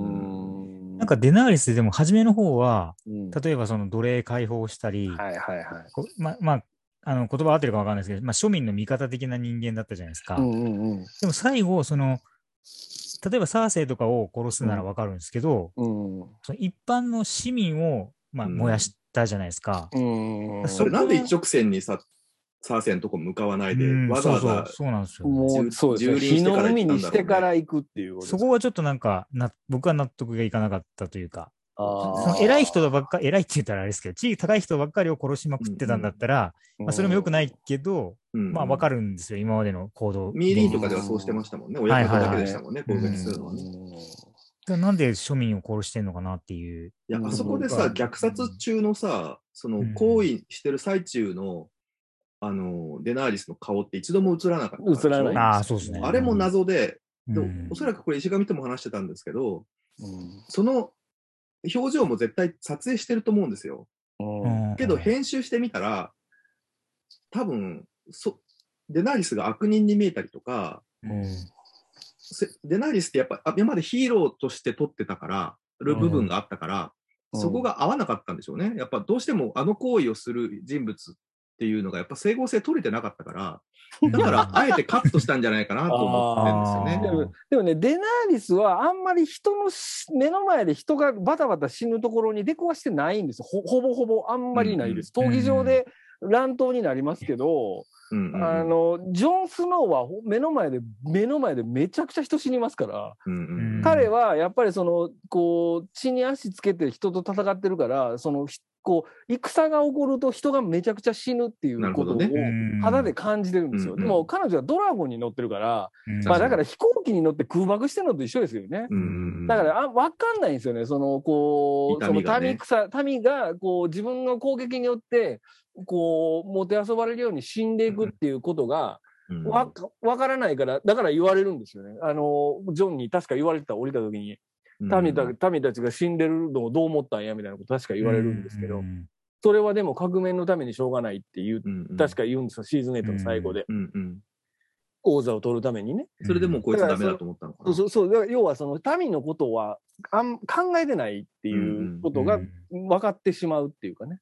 ーん
なんかデナーリスでも初めの方は、
うん
例えばその奴隷解放したり、
はいはいはい
こままあ、あの言葉合ってるかわかんないですけど、まあ、庶民の味方的な人間だったじゃないですか。
うんうん
でも最後、その、例えばサーセイとかを殺すならわかるんですけど、
うん
その一般の市民を、まあ、
うん
燃やしたじゃないですか。
うんうん
そ
それ
こは
なんで一直線にさ、サーセンのとこ向かわないで、
うん
わざわ
そう
ざ
そう、そうなんですよ。
もう
じゅ
そうですね
蹂
火
躙して
の
から行ったんだろうね
海にしてから行くっていう
そこはちょっとなんかな、僕は納得がいかなかったというか、
あー
その偉い人ばっか、偉いって言ったらあれですけど、地位高い人ばっかりを殺しまくってたんだったら、まあ、それも良くないけど、まあわか
る。
るんですよ、今までの行動。
ミーリンとかではそうしてましたもんね。親方だけでしたもんね、
はいは
攻
いはい
撃するのはね。い
だなんで庶民を殺してんのかなっていう。
や、あそこでさ
う、ん
虐殺中のさ、そうの
ん
行為してる最中の、あの、デナーリスの顔って一度も映らなかったでしょ。
映らない
ああ、そうですね。
あれも謎で、
う
で
ん
おそらくこれ石上とも話してたんですけど、
うん
その表情も絶対撮影してると思うんですよ。
うん
けど編集してみたら、多分そデナーリスが悪人に見えたりとか、
うん
せデナーリスってやっぱあ今までヒーローとして撮ってたから、る部分があったから、
うん
そこが合わなかったんでしょうね。やっぱどうしてもあの行為をする人物っていうのがやっぱ整合性取れてなかったから、だからあえてカットしたんじゃないかなと思ってるんです
で
よね。
もでもねデナーリスはあんまり人のし目の前で人がバタバタ死ぬところに出くわしてないんですほほぼほぼあんまりないです、
うんうん
闘技場で乱闘になりますけど、
うんうん
(laughs) あのジョン・スノーはほ目の前で目の前でめちゃくちゃ人死にますから、
うんうん
うん
彼はやっぱりそのこう血に足つけて人と戦ってるからそのひこう戦が起こると人がめちゃくちゃ死ぬっていうことを
なるほど
肌で、感じてるんですよ、
うんうん
でも彼女はドラゴンに乗ってるから、
うん
まあ、だから飛行機に乗って空爆してるのと一緒ですよね。
うんうんうん
だからあ分かんないんですよね、そのこう
痛みが
その
ね
民草民がこう自分の攻撃によってこうもてあそばれるように死んでいくっていうことが
うん
わ分からないから、だから言われるんですよね、あのジョンに確か言われてた、降りた時に、民た民たちが死んでるのをどう思ったんやみたいなこと、確か言われるんですけど、
うん
それはでも革命のためにしょうがないっていう、確
か
か言うんですよ、シーズン8の最後で、
うんうん、
王座を取るためにね。
それでもうこいつダメだと思ったのか
そう
な。
そうそうだから要はその民のことはあん考えてないっていうことが分かってしまうっていうかね。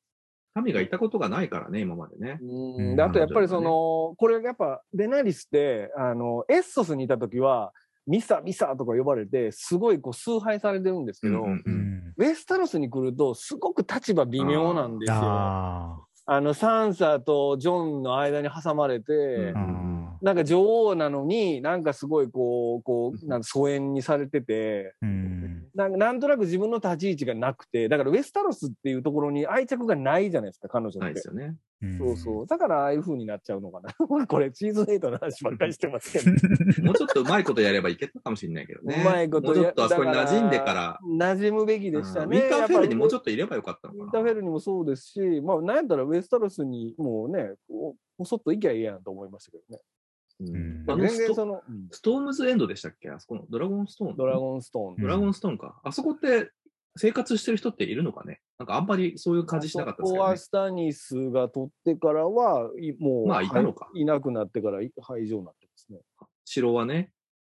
民がいたことがないからね、今までね。
ん
うんであとやっぱりそのこれやっぱデナリスってあのエッソスにいた時はミサミサとか呼ばれてすごいこう崇拝されてるんですけど、
うん
う
うん
ん
ウェスタロスに来るとすごく立場微妙なんですよ。あ
あ
のサンサとジョンの間に挟まれて。
ー
うん
なんか女王なのになんかすごいこうこうなんか疎遠にされてて、
うん
なんなんとなく自分の立ち位置がなくてだからウェスタロスっていうところに愛着がないじゃないですか彼女って、
ないですよね。
うん
そうそうだからああいう風になっちゃうのかな (laughs) これシーズン8の話ばっかりしてますけど
もうちょっとうまいことやればいけたかもしれないけどね。
うまいこと
もう
や
ちょっとあそこに馴染んでから。
馴染むべき
うん
で
ウィン
したね
ターフェルにもうちょ
っ
っといればよかった
ウィ
の
ン
か
ター
な
フェ。ルにもそうですしまあなんやったらウェスタロスにもうねこう細っといきゃいいやんと思いましたけどね
うん
うん
あの
全
ス
然
ト
その、うん
ストームズエンドでしたっけあそこのドラゴンストーン。
ドラゴンストーン
ドラゴンストーンか。あそこって生活してる人っているのかねなんかあんまりそういう感じしなかったです
そこ
けど
は
ね。
スタニスが取ってからは、いもう、
まあいたのか
はいいなくなってからい排除になってますね。
城はね。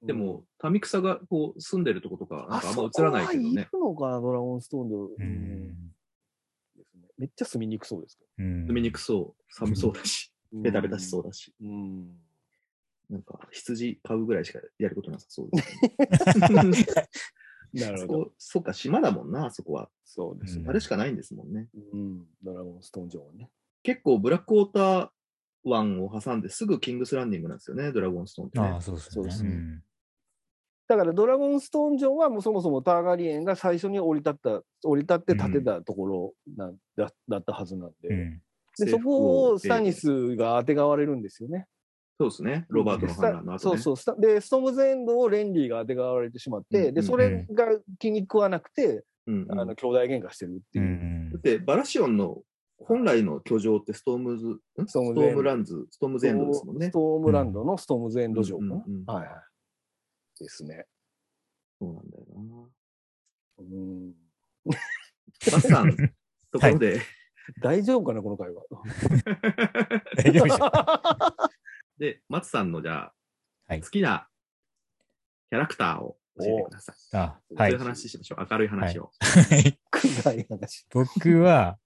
で
うん
も、、民草がこう住んでるとことか、なんかあんま映らないけどね
あ。そこはいるのかな、ドラゴンストーンで。
う
うん
ん
ですねめっちゃ住みにくそうですけ
うん
住みにくそう、寒そうだし、
ど。
ベタベタしそうだし、
うん。うん。
なんか羊買うぐらいしかやることなさそうですね。
なる
そ
ほど。
こ、そっか、島だもんな、あそこは。
そうですね
あれしかないんですもんね。
うん。ドラゴンストーン城はね。
結構、ブラックウォーター湾を挟んですぐキングスランディングなんですよね、ドラゴンストーンって
あ
ね
あ、。そうです
そう
よ
で
ね
す
う
ね
ん
だからドラゴンストーン城はもうそもそもターガリエンが最初に降り立った、降り立って建てたところなんだだったはずなんで。
うん
で、
制
そ
服
こを
着て
スタニスがあてがわれるんですよね。
そうですね。ロバートの反乱の後、
そ
ね。
うそうスタでストームズエンドをレンリーがあてがわれてしまって、
うん
でそれが気に食わなくて、
うんうん
あの兄弟喧嘩してるって
う
いう、
ん
だっ。て、バラシオンの本来の居城ってストームズ、ん
ス
ス
ト
ト
ームズエンド
ームランズ、ストームズエンドですもんね
ス。トームランドのストームズエンド城、
うんうんうん
はいはいですね
そうなんだよ
う
な。
ん
バスさん、ところで、
大丈夫かなこの会話
大丈夫でしょ
(laughs)
で、松さんのじゃあ、
はい
好きなキャラクターを教えてください。
あ
そう
はい
いう。話しましょう。明るい話を。
くだい話
僕は、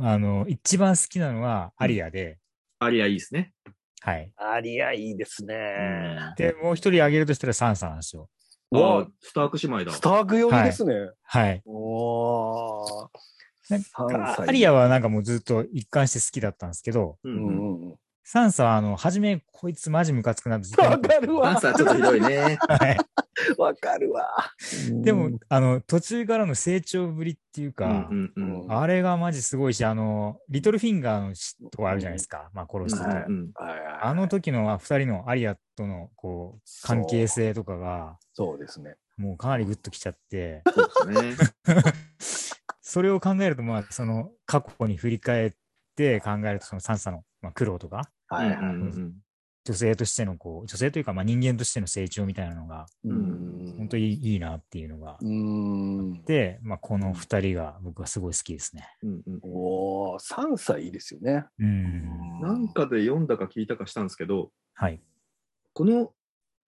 あの、一番好きなのはアリアで、
アリアいいですね。
はい。
ありゃいいですね、
で、もう一人挙げるとしたらサンサなんですよ。
うわ
ああ、スターク姉妹だ。
スターク寄りですね、
はい。
おー
なん
3歳
アリアはなんかもうずっと一貫して好きだったんですけど、
う
うん
うん。
んうん
サンサはあの、初めこいつマジムカつくなってずっと思
わ
って
かる
ダ
わ
ンサーちょっとひどいね。
はい。
わかるわ
で
う
も
ん、
あの、途中からの成長ぶりっていう
う
か、
んうんうん。
あれがマジすごいし、あの、リトルフィンガーのしとこあるじゃないですか、まあ殺してた。
はい
うん
はいはいはい
あの時のあ二人のアリアとのこう関係性とかが、
そうですね
もうかなりグッときちゃって、
そうですね。
それを考えると、まあ、その過去に振り返って考えると、そのサンサの、まあ、苦労とか、
はいはい、
うんうん
女性としてのこう、女性というか、まあ、人間としての成長みたいなのが、
う
うんん
本当にいいなっていうのが。
うん。
で、まあ、この二人が僕はすごい好きですね。
うんうんうん
おお、3歳いいですよね。
う。
うん
なん、かで読んだか聞いたかしたんですけど、
はい。
この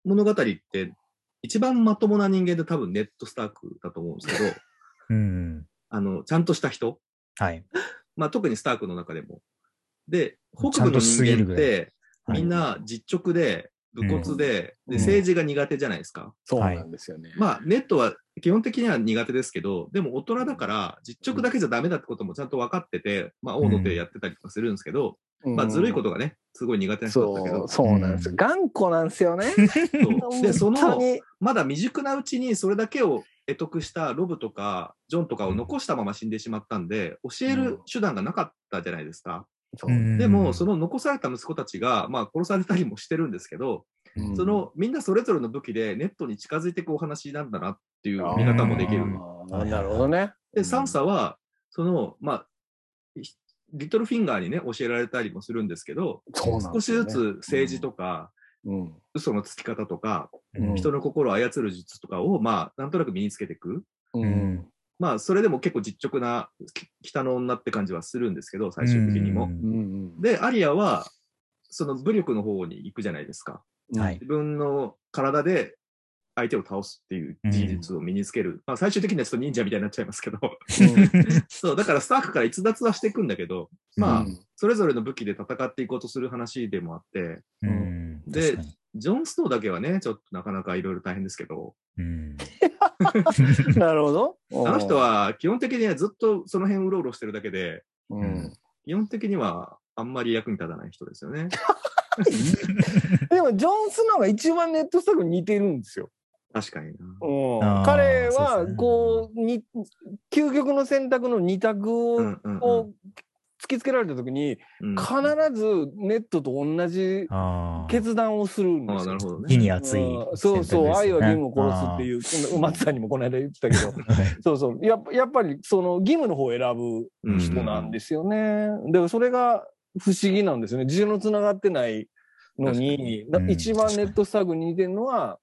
物語って、一番まともな人間って多分ネットスタークだと思うんですけど、
うん。
あの、ちゃんとした人、
はい。
まあ特にスタークの中でも。で、
ち
北
ゃ
部
んと
の
しす
人
ぎる
間
ぐ
っ
らい
て、
はい
みんな実直で、武骨で、
うん
で、政治が苦手じゃないですか。
そうなんですよね。あ、
まあ、ネットは基本的には苦手ですけど、でも大人だから、実直だけじゃダメだってこともちゃんと分かってて、まあ、大野でやってたりとかするんですけど、まあ、ずるいこととがね、すごい苦手な人だったけ
そ
ど
う、、そうなんですよ。
うん
頑固なんですよね。
そうで、そ
本当
の、
に
まだ未熟なうちにそれだけを得得したロブとか、ジョンとかを残したまま死んでしまったんで、教える手段がなかったじゃないですか。
そう
でも、その残された息子たちが、まあ、殺されたりもしてるんですけど、
うん
その、みんなそれぞれの武器でネットに近づいていくお話なんだなっていう
あー
見方もできる。
あーなるほどね。
で、サンサは、その、まあ、ひリトルフィンガーにね、教えられたりもするんですけど、
そうなん
少
で
し
すよ
ず
ね
つ政治とか、
うん
嘘のつき方とか、
うん
人の心を操る術とかを、まあ、なんとなく身につけていく。
うんん
まあ、それでも結構実直なき北の女って感じはするんですけど、最終的にも。
うんうん
で、アリアは、その武力の方に行くじゃないですか。
うん
はい
自分の体で相手を倒すっていう事実を身につける。まあ、最終的にはちょっと忍者みたいになっちゃいます
(laughs)
けど。そう、だからスタッフから逸脱はしていくんだけど、まあ、
うん
それぞれの武器で戦っていこうとする話でもあって、
うん。
で
確かに
ジョン・スノーだけはね、ちょっとなかなかいろいろ大変ですけど、 (laughs)
うん。
(laughs) なるほど。
あの人は基本的にはずっとその辺うろうろしてるだけで、
うん、
基本的にはあんまり役に立たない人ですよね。
でもジョン・スノーが一番ネットスタッフに似てるんですよ。
確かにな。
うん
あー
彼
そう
は
ですね
こうに究極の選択の二択を
うんうん
を突きつけられた時に
うん
必ずネットと同じ
ああ。
決断をするん
あ
で
あ、
す
な
よ
る。ほど
火
ね。
に熱い選択
う
で
ん
す
そ
よね。
うそう、愛は義務を殺すって
う。
いう、松さんにもこの間言ってたけど、そうそう、やっぱやっぱりその義務の方を選ぶ人なんですよね。でもそれが不思議なんですよね。自由のつながってないのに、
確かに
だ一
う
番
ん
ネットスタグに似てるのは、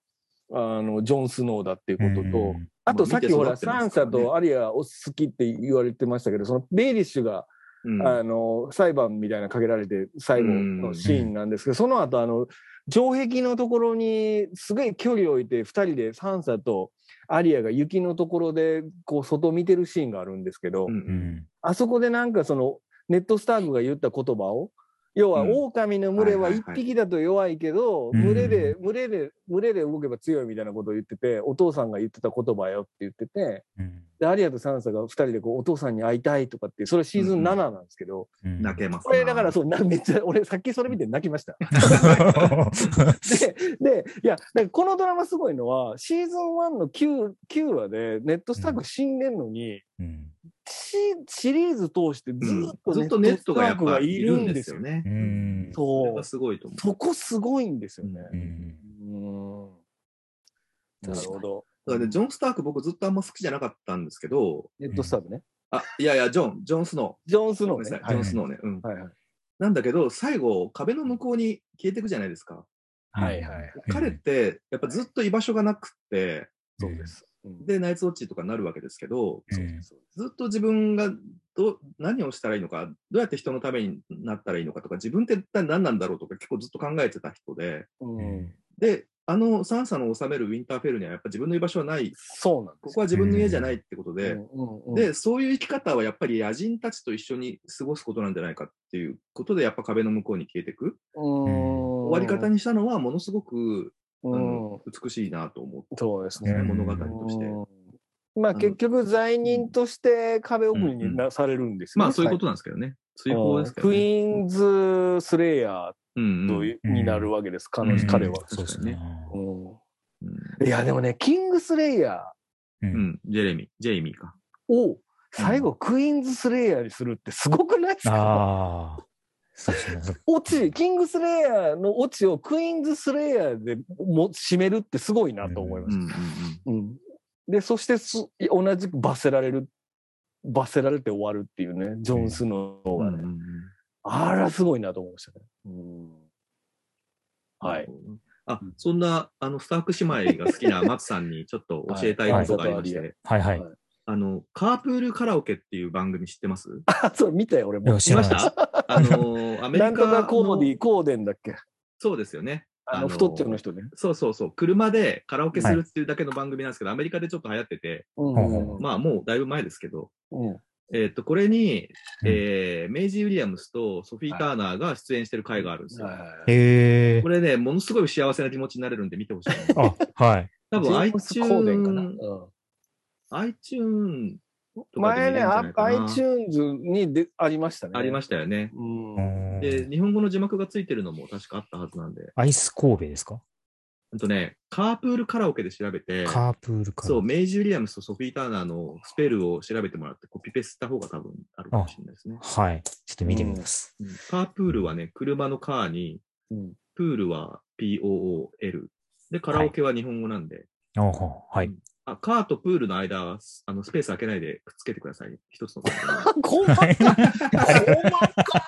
あの、ジョン・スノーだっていうことと、
うん
あとさっきほら、サンサ
まあ見て育ってますからね
とアリアお好きって言われてましたけど、そのベイリッシュが、
うん
あの、裁判みたいなのかけられて、最後のシーンなんですけど、その後、あの、城壁のところに、すごい距離を置いて、二人でサンサとアリアが雪のところで、こう、外を見てるシーンがあるんですけど、
うん
う
うん
ん。
あそこでなんかその、ネットスタークが言った言葉を、要は、
うん
狼の群れは
はい
一
はいはい
匹だと弱いけど、
うん
群れで、群れで、群れで動けば強いみたいなことを言ってて、お父さんが言ってた言葉よって言ってて、
うん
で、アリアとサンサが二人でこう、お父さんに会いたいとかって、それシーズン7なんですけど、
うん
泣けますな。
これだからそうなめっちゃ俺さっきそれ見て泣きましたででいやだからこのドラマすごいのはシーズン1の 9, 9話でネットスタッフ死んでんのに、
うん
シリーズ通してずっと
ずっとネットがやっ
ネットワー
ぱ
ク
いるんですよ。ね
う。ん。
そ
それ
う
が。すごいと思う。
そこすごいんですよね。
うん
うん。
確か
な
に
るほど。
だからねジョン・スターク僕ずっとあんま好きじゃなかったんですけど、
ネットスターね。
あ、いやいや、ジョン、ジョン・スノ
ジョンス
ー。
ノ
ご
ー
めん
ね
な。さ
はいい
ジョン・スノーね。うん。
はいはい。
なんだけど、最後、壁の向こうに消えていくじゃないですか。
はいはい。
彼って、やっぱずっと居場所がなくって、
そうで。す。うん
で、ナイツ・ウォッチとかなるわけですけど、
そうですそうです
ずっと自分がどう何をしたらいいのか、どうやって人のためになったらいいのかとか、自分って一体何なんだろうとか、結構ずっと考えてた人で、
うん
で、あのサンサの治めるウィンターフェルにはやっぱ自分の居場所はない、
そうなんで
こ
すよ。
こは自分の家じゃないってことで、
うんうんうん
で、そういう生き方はやっぱり野人たちと一緒に過ごすことなんじゃないかっていうことで、やっぱ壁の向こうに消えていく、終わり方にしたのは、ものすごく、あ
うん
の美しいなと思っ
そうです
たんです
ね
ね、
うん
物語として。
うんまあ結局在任として壁送りになされるんですよね、
まあ、そういうことなんですけどね。追放ですけど
クイ
ね。
ーンズ・スレイヤー
うん
と
うん
いになるわけです、彼
うん
女彼は、
そうですね。
う。
うんいやでもねキングスレイヤ
うん。
うんん。ジェレミー、ジェイミーか。
ーを最後クイーンズ・スレイヤーにするってすごくないですか
ああ。そうですね。
オチキングスレイヤーのオチをクイーンズ・スレイヤーでも締めるってすごいなと思いま
うん
す、
うんうん。
うんでそしてす同じく罰せられる罰せられて終わるっていうねジョン・スノー
う
がね、
んうんうん
あら、すごいなと思いましたね。うんはい。。 (laughs)
あ、そんな、あの、スターク姉妹が好きな松さんにちょっと教えたいことがありまし
はい
て、
はいはい。
あの、カープールカラオケっていう番組知ってます
あ、そう、見たよ、俺
い
も
や、。知
見
ら
ま
な
し
いです。
たあ
(laughs)
の、アメリ
な
カ
んとか
の。
コーディ、コーデンだっけ
そうですよね。
あ
あの
の、太っちょの人ね。
そうそうそう。車でカラオケするっていうだけの番組なんですけど、アメリカでちょっと流行ってて、
うん
ほ
うん
まあもうだいぶ前ですけど、
うん。
えっと、これに、
うん
えーメイジー・ウィリアムスとソフィー・ターナーが出演してる回があるんですよ。
はい
ええ
こ。れね、ものすごい幸せな気持ちにな
(laughs)
れるんで見てほしい。
あ、はい。
多分
ジェームズコーデンかな
iTune、
うん
iTune とかで
前
見
ね、
れるんじゃ
あ
ないかな
iTunes にでありましたね。
ありましたよね。
(laughs) うん。
で、日本語の字幕がついてるのも確かあったはずなんで。
アイス神戸ですか
あとね、カープールカラオケで調べて、
カープールか。
そう、。メイジー・ウィリアムスとソフィー・ターナーのスペルを調べてもらって、コピペした方が多分あるかもしれないですね。
はい。ちょっと見てみます。
うんカープールはね、車のカーに、
うん
プールは POOL。で、カラオケは日本語なんで、
あははい。
あ、カーとプールの間は、すあの、スペース開けないでくっつけてください。一つの。
あ細かい。
(laughs)
細かい。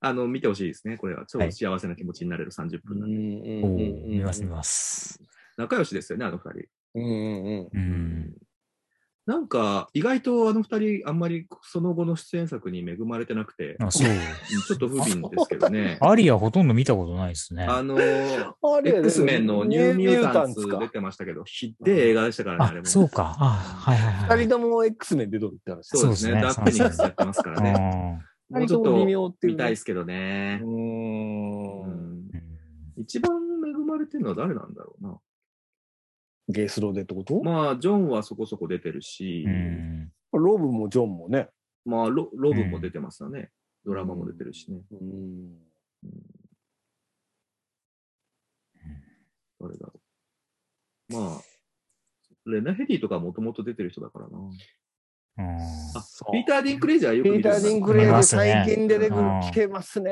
あの、見てほしいですね。これは。超
はい
幸せな気持ちになれる30分なんで。
お
お
ー見ます、見ます。
仲良しですよね、あの二
うんうんうん。
う
人。
ん。
なんか、意外とあの二人、あんまりその後の出演作に恵まれてなくて、
あ、そう。
ちょっと不憫ですけどね。
アリアほとんど見たことないですね。
あの、
あ
X メンのニューミュータンツ
か
出てましたけど、ひでえ映画でしたからね、あ
あ
れ、も。
そうか。あ、はいはいは
二
い
人。とも X メン出とるって話。
そうですね。
そうで
ダ
すね
ークフェニックスやってますからね。もうちょ
二人
っ
とも微
と
妙っていうね
見たいですけどね
う。。
うんん
うん
一番恵まれてるのは誰なんだろうな。
ゲイスローでってこと、
まあ、ジョンはそこそこ出てるし、
うん。
ロブもジョンもね。
まあロ、ロブも出てますよね。ドラマも出てるしね。
うん。
誰だろう。まあ、レナ・ヘディとかもともと出てる人だからな。
うん
あ
そう
ピーター・ディン・クレイジャーよく
ピ
見
ー
て
タ
る
ー・ディン・ク
見
レイ
ま
です
ね
最近出てくる
うん、。
来てますね。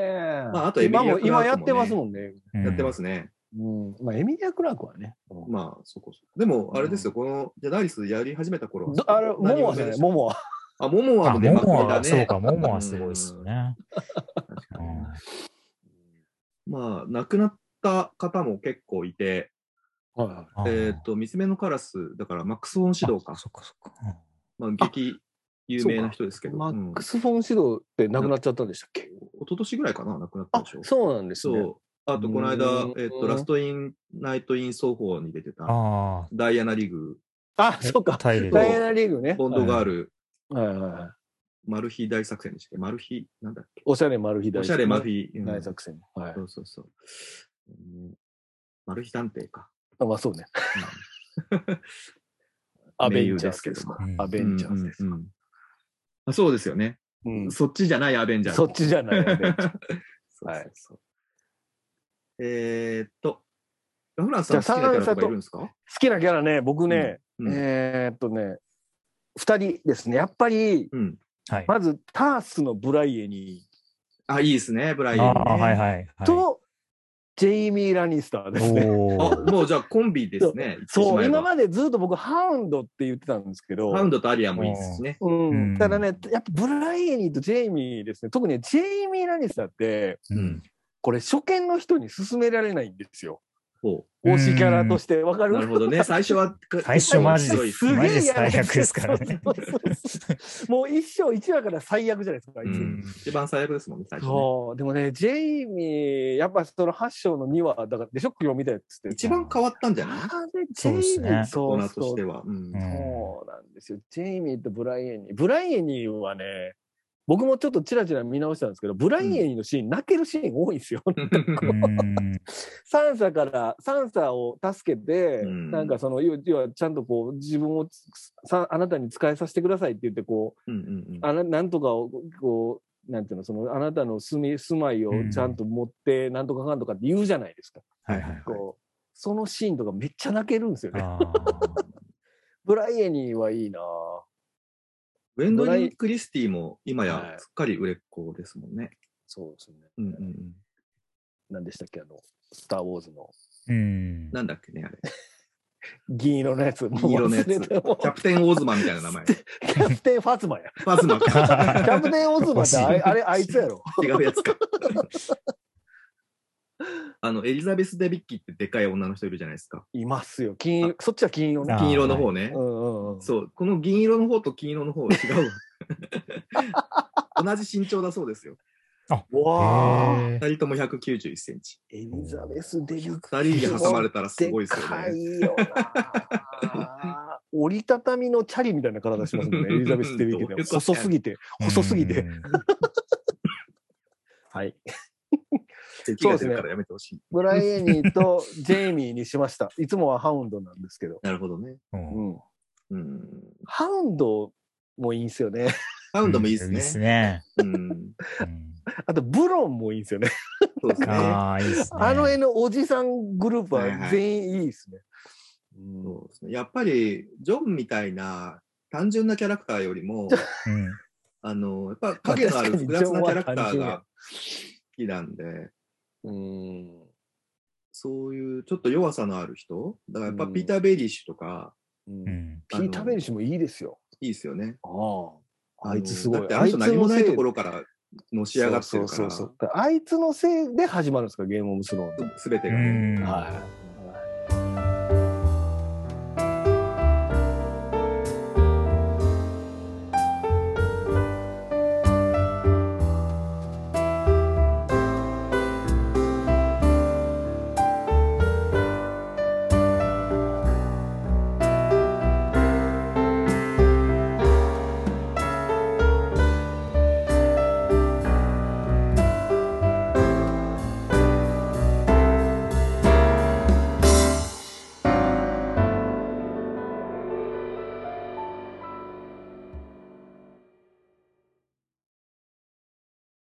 ああとエミリア
今も、今やっ
ク
て
ラ
ま
ー
す
クも
もんね。
やってますすね。
うん。まあ、エミリア・クラークはね。うん
まあ、そこそこ。でも、あれですよ、この、ジャダイリスやり始めた頃は
どあれ、モモアじゃない、モモア。
あ、モモ
あ、
ア
モ
も出まくり
モ
だ
ア、
ね。
そうか、モモアすごいっすよね。
確か
う
に。
ん
まあ、亡くなった方も結構いて、
は
あ
えっ、と、三つ目のカラス、だからマックス・フォン指導
あ
か。
そっかそっか。うん
まあ、劇有名な人ですけ
い
ど、
マ
う
ッ
ん
クス・フォン・シドって亡くなっちゃったんでしたっけ
一昨年ぐらいかな、亡くなった
あ
でしょ。、
そうなんですね。
そう。あと、この間
う、ーん
えっと、ラストイン、ナイトイン奏法に出てた、
あ
ダイアナ・リグ、
あ、そう
あ、
か。
タイレ
ダ
ル。
イアナ・リーグね。
ボンドガール、
はいはいはい。
マルヒ大作戦でしたっけマルヒ、なんだっけ
おしゃれマルヒ大
お
作
しゃれマルヒ。うん
大作戦。はい
そ。うそうそう。うんマルヒ探偵か。
あまあそうね。ア
ア
ベ
ベ
ン
ン
ジ
ジ
ャー
ャ
ズ
ーズ
で
ですす
か
か。
アベンジャーズです
うん。うんうんあそうですよね。
うん
そっちじゃないアベンジャーズ
そっちじゃない、アベン
(laughs)
ジャーズ
そう
はい
そうそうえーっと、ラフランス
じゃあ
さん好きなキャラとかいるんですか
好きなキャラね、僕ね、
うん
えーっとね、 2人ですねやっぱり
うん。
はい。
まずタースのブライエニ
あ、いいですね、ブライエン、ね。
ああ、はいはいはい。
ーとジェイミー・ラニスターですね。
お
あ (laughs)
ー
もうじゃあコンビですね。
そう今
ま
までずっと僕ハウンドって言ってたんですけど
ハウンドとアリアもいいですしね。
う
うん
ん、ただね、やっぱブライエニーとジェイミーですね、特にねジェイミー・ラニスターって、
うん。
これ、初見の人に勧められないんですよ、
ほ
うん
推しキャラとして、わか
う
る
なるほ
(laughs)
どね。最初は。
最初マジ
強
で、
いです
げえ
マジで
やら
最
れてる
悪ですからね。
そうそうそうもう一生一話から最悪じゃないですか、あいつ
うん一番最悪ですもんね、最初ね。
そうでもね、ジェイミー、やっぱその8章の2話だからでしょ、今日見たやつって。
一番変わったんじゃない
あれ、ジ
そう
ェ
で
イ
す
ミ
ね
ー、
大
そう
人と
そ
し
う
ては。うん
うん
そうなんですよ。ジェイミーとブライエニー。ブライエニーはね、僕もちょっとちらちら見直したんですけど、ブライエニーのシーン、泣けるシーン多いんですよ。
うん
サンサから、サンサを助けて、
うん
なんかその、要要はちゃんとこう、自分をさ、あなたに使えさせてくださいって言って、こ
うんうん
う、
(laughs)
あな、なんとかを、こう、なんていうの、その、あなたの住み、住まいをちゃんと持って、なんとかかんとかって言うじゃないですか。
はいはい。
こう、そのシーンとかめっちゃ泣けるんですよね。
あ
ブライエニーはいいなぁ。
ウェンドリー・クリスティも今
は
や
い
すっかり売れっ子ですもんね。
そうですね。
うんうんうん。
何でしたっけあの、スター・ウォーズの
ーうん。
なんだっけね、あれ。
銀色のやつ。もう
銀色のやつ
忘れてもう
キャプテン・オーズマンみたいな
(laughs)
名前。
キャプテン・ファズマや。
ファズマ
キ
か。
ャプテン・オズマってあれ、あれあいつやろ。
違うやつか。あの、エリザベス・デビッキーってでかい女の人いるじゃないですか。
いますよ。金、そっちは金色ね。
あー
銀色の方ね
う。んうんうん。
そう、この銀色の方と金色の方は違う (laughs) わ。同じ身長だそうですよ。
うわあ。
へー
二人とも191センチ。
エリザベス・デビュ
二人に挟まれたらすごい
で
ですよ
か
ね。
いよな。折りたたみのチャリみたいな体してますもん
(laughs)
ね。エリザベス・デビュー
どういうことや
細すぎて、細すぎて。
うん。
はい。
敵が出るからやめてほしい。
ブライエニーとジェイミーにしました。いつもはハウンドなんですけど。
なるほどね。
うん
うん。
うん。
ハウンドもいいんですよね。 (laughs)
ハウンドもいいです
いい
ね
っ。すね。
うん。
うん
あと、ブロンもいいんですよね。
そうですね。
ああ、いいっすね。
あの絵のおじさんグループは全員いいですね。うん
そうですね。やっぱり、ジョンみたいな単純なキャラクターよりも、
うん
あの、やっぱ影のある複雑なキャラクターが好きなんで、
うん。
そういうちょっと弱さのある人、だからやっぱ
うん
ピーター・ベイリッシュとか、
う。
うんん。
ピーター・ベリッシュもいいですよ。
いいですよね。
ああ。あいつす
だ
ご
っ
い。
てあの人何もないと
ろ
ころからのし上がってるから、
あいつのせいで始まるんですか、ゲームオブスローンって。
すべてが
う
ね。
ん
はい。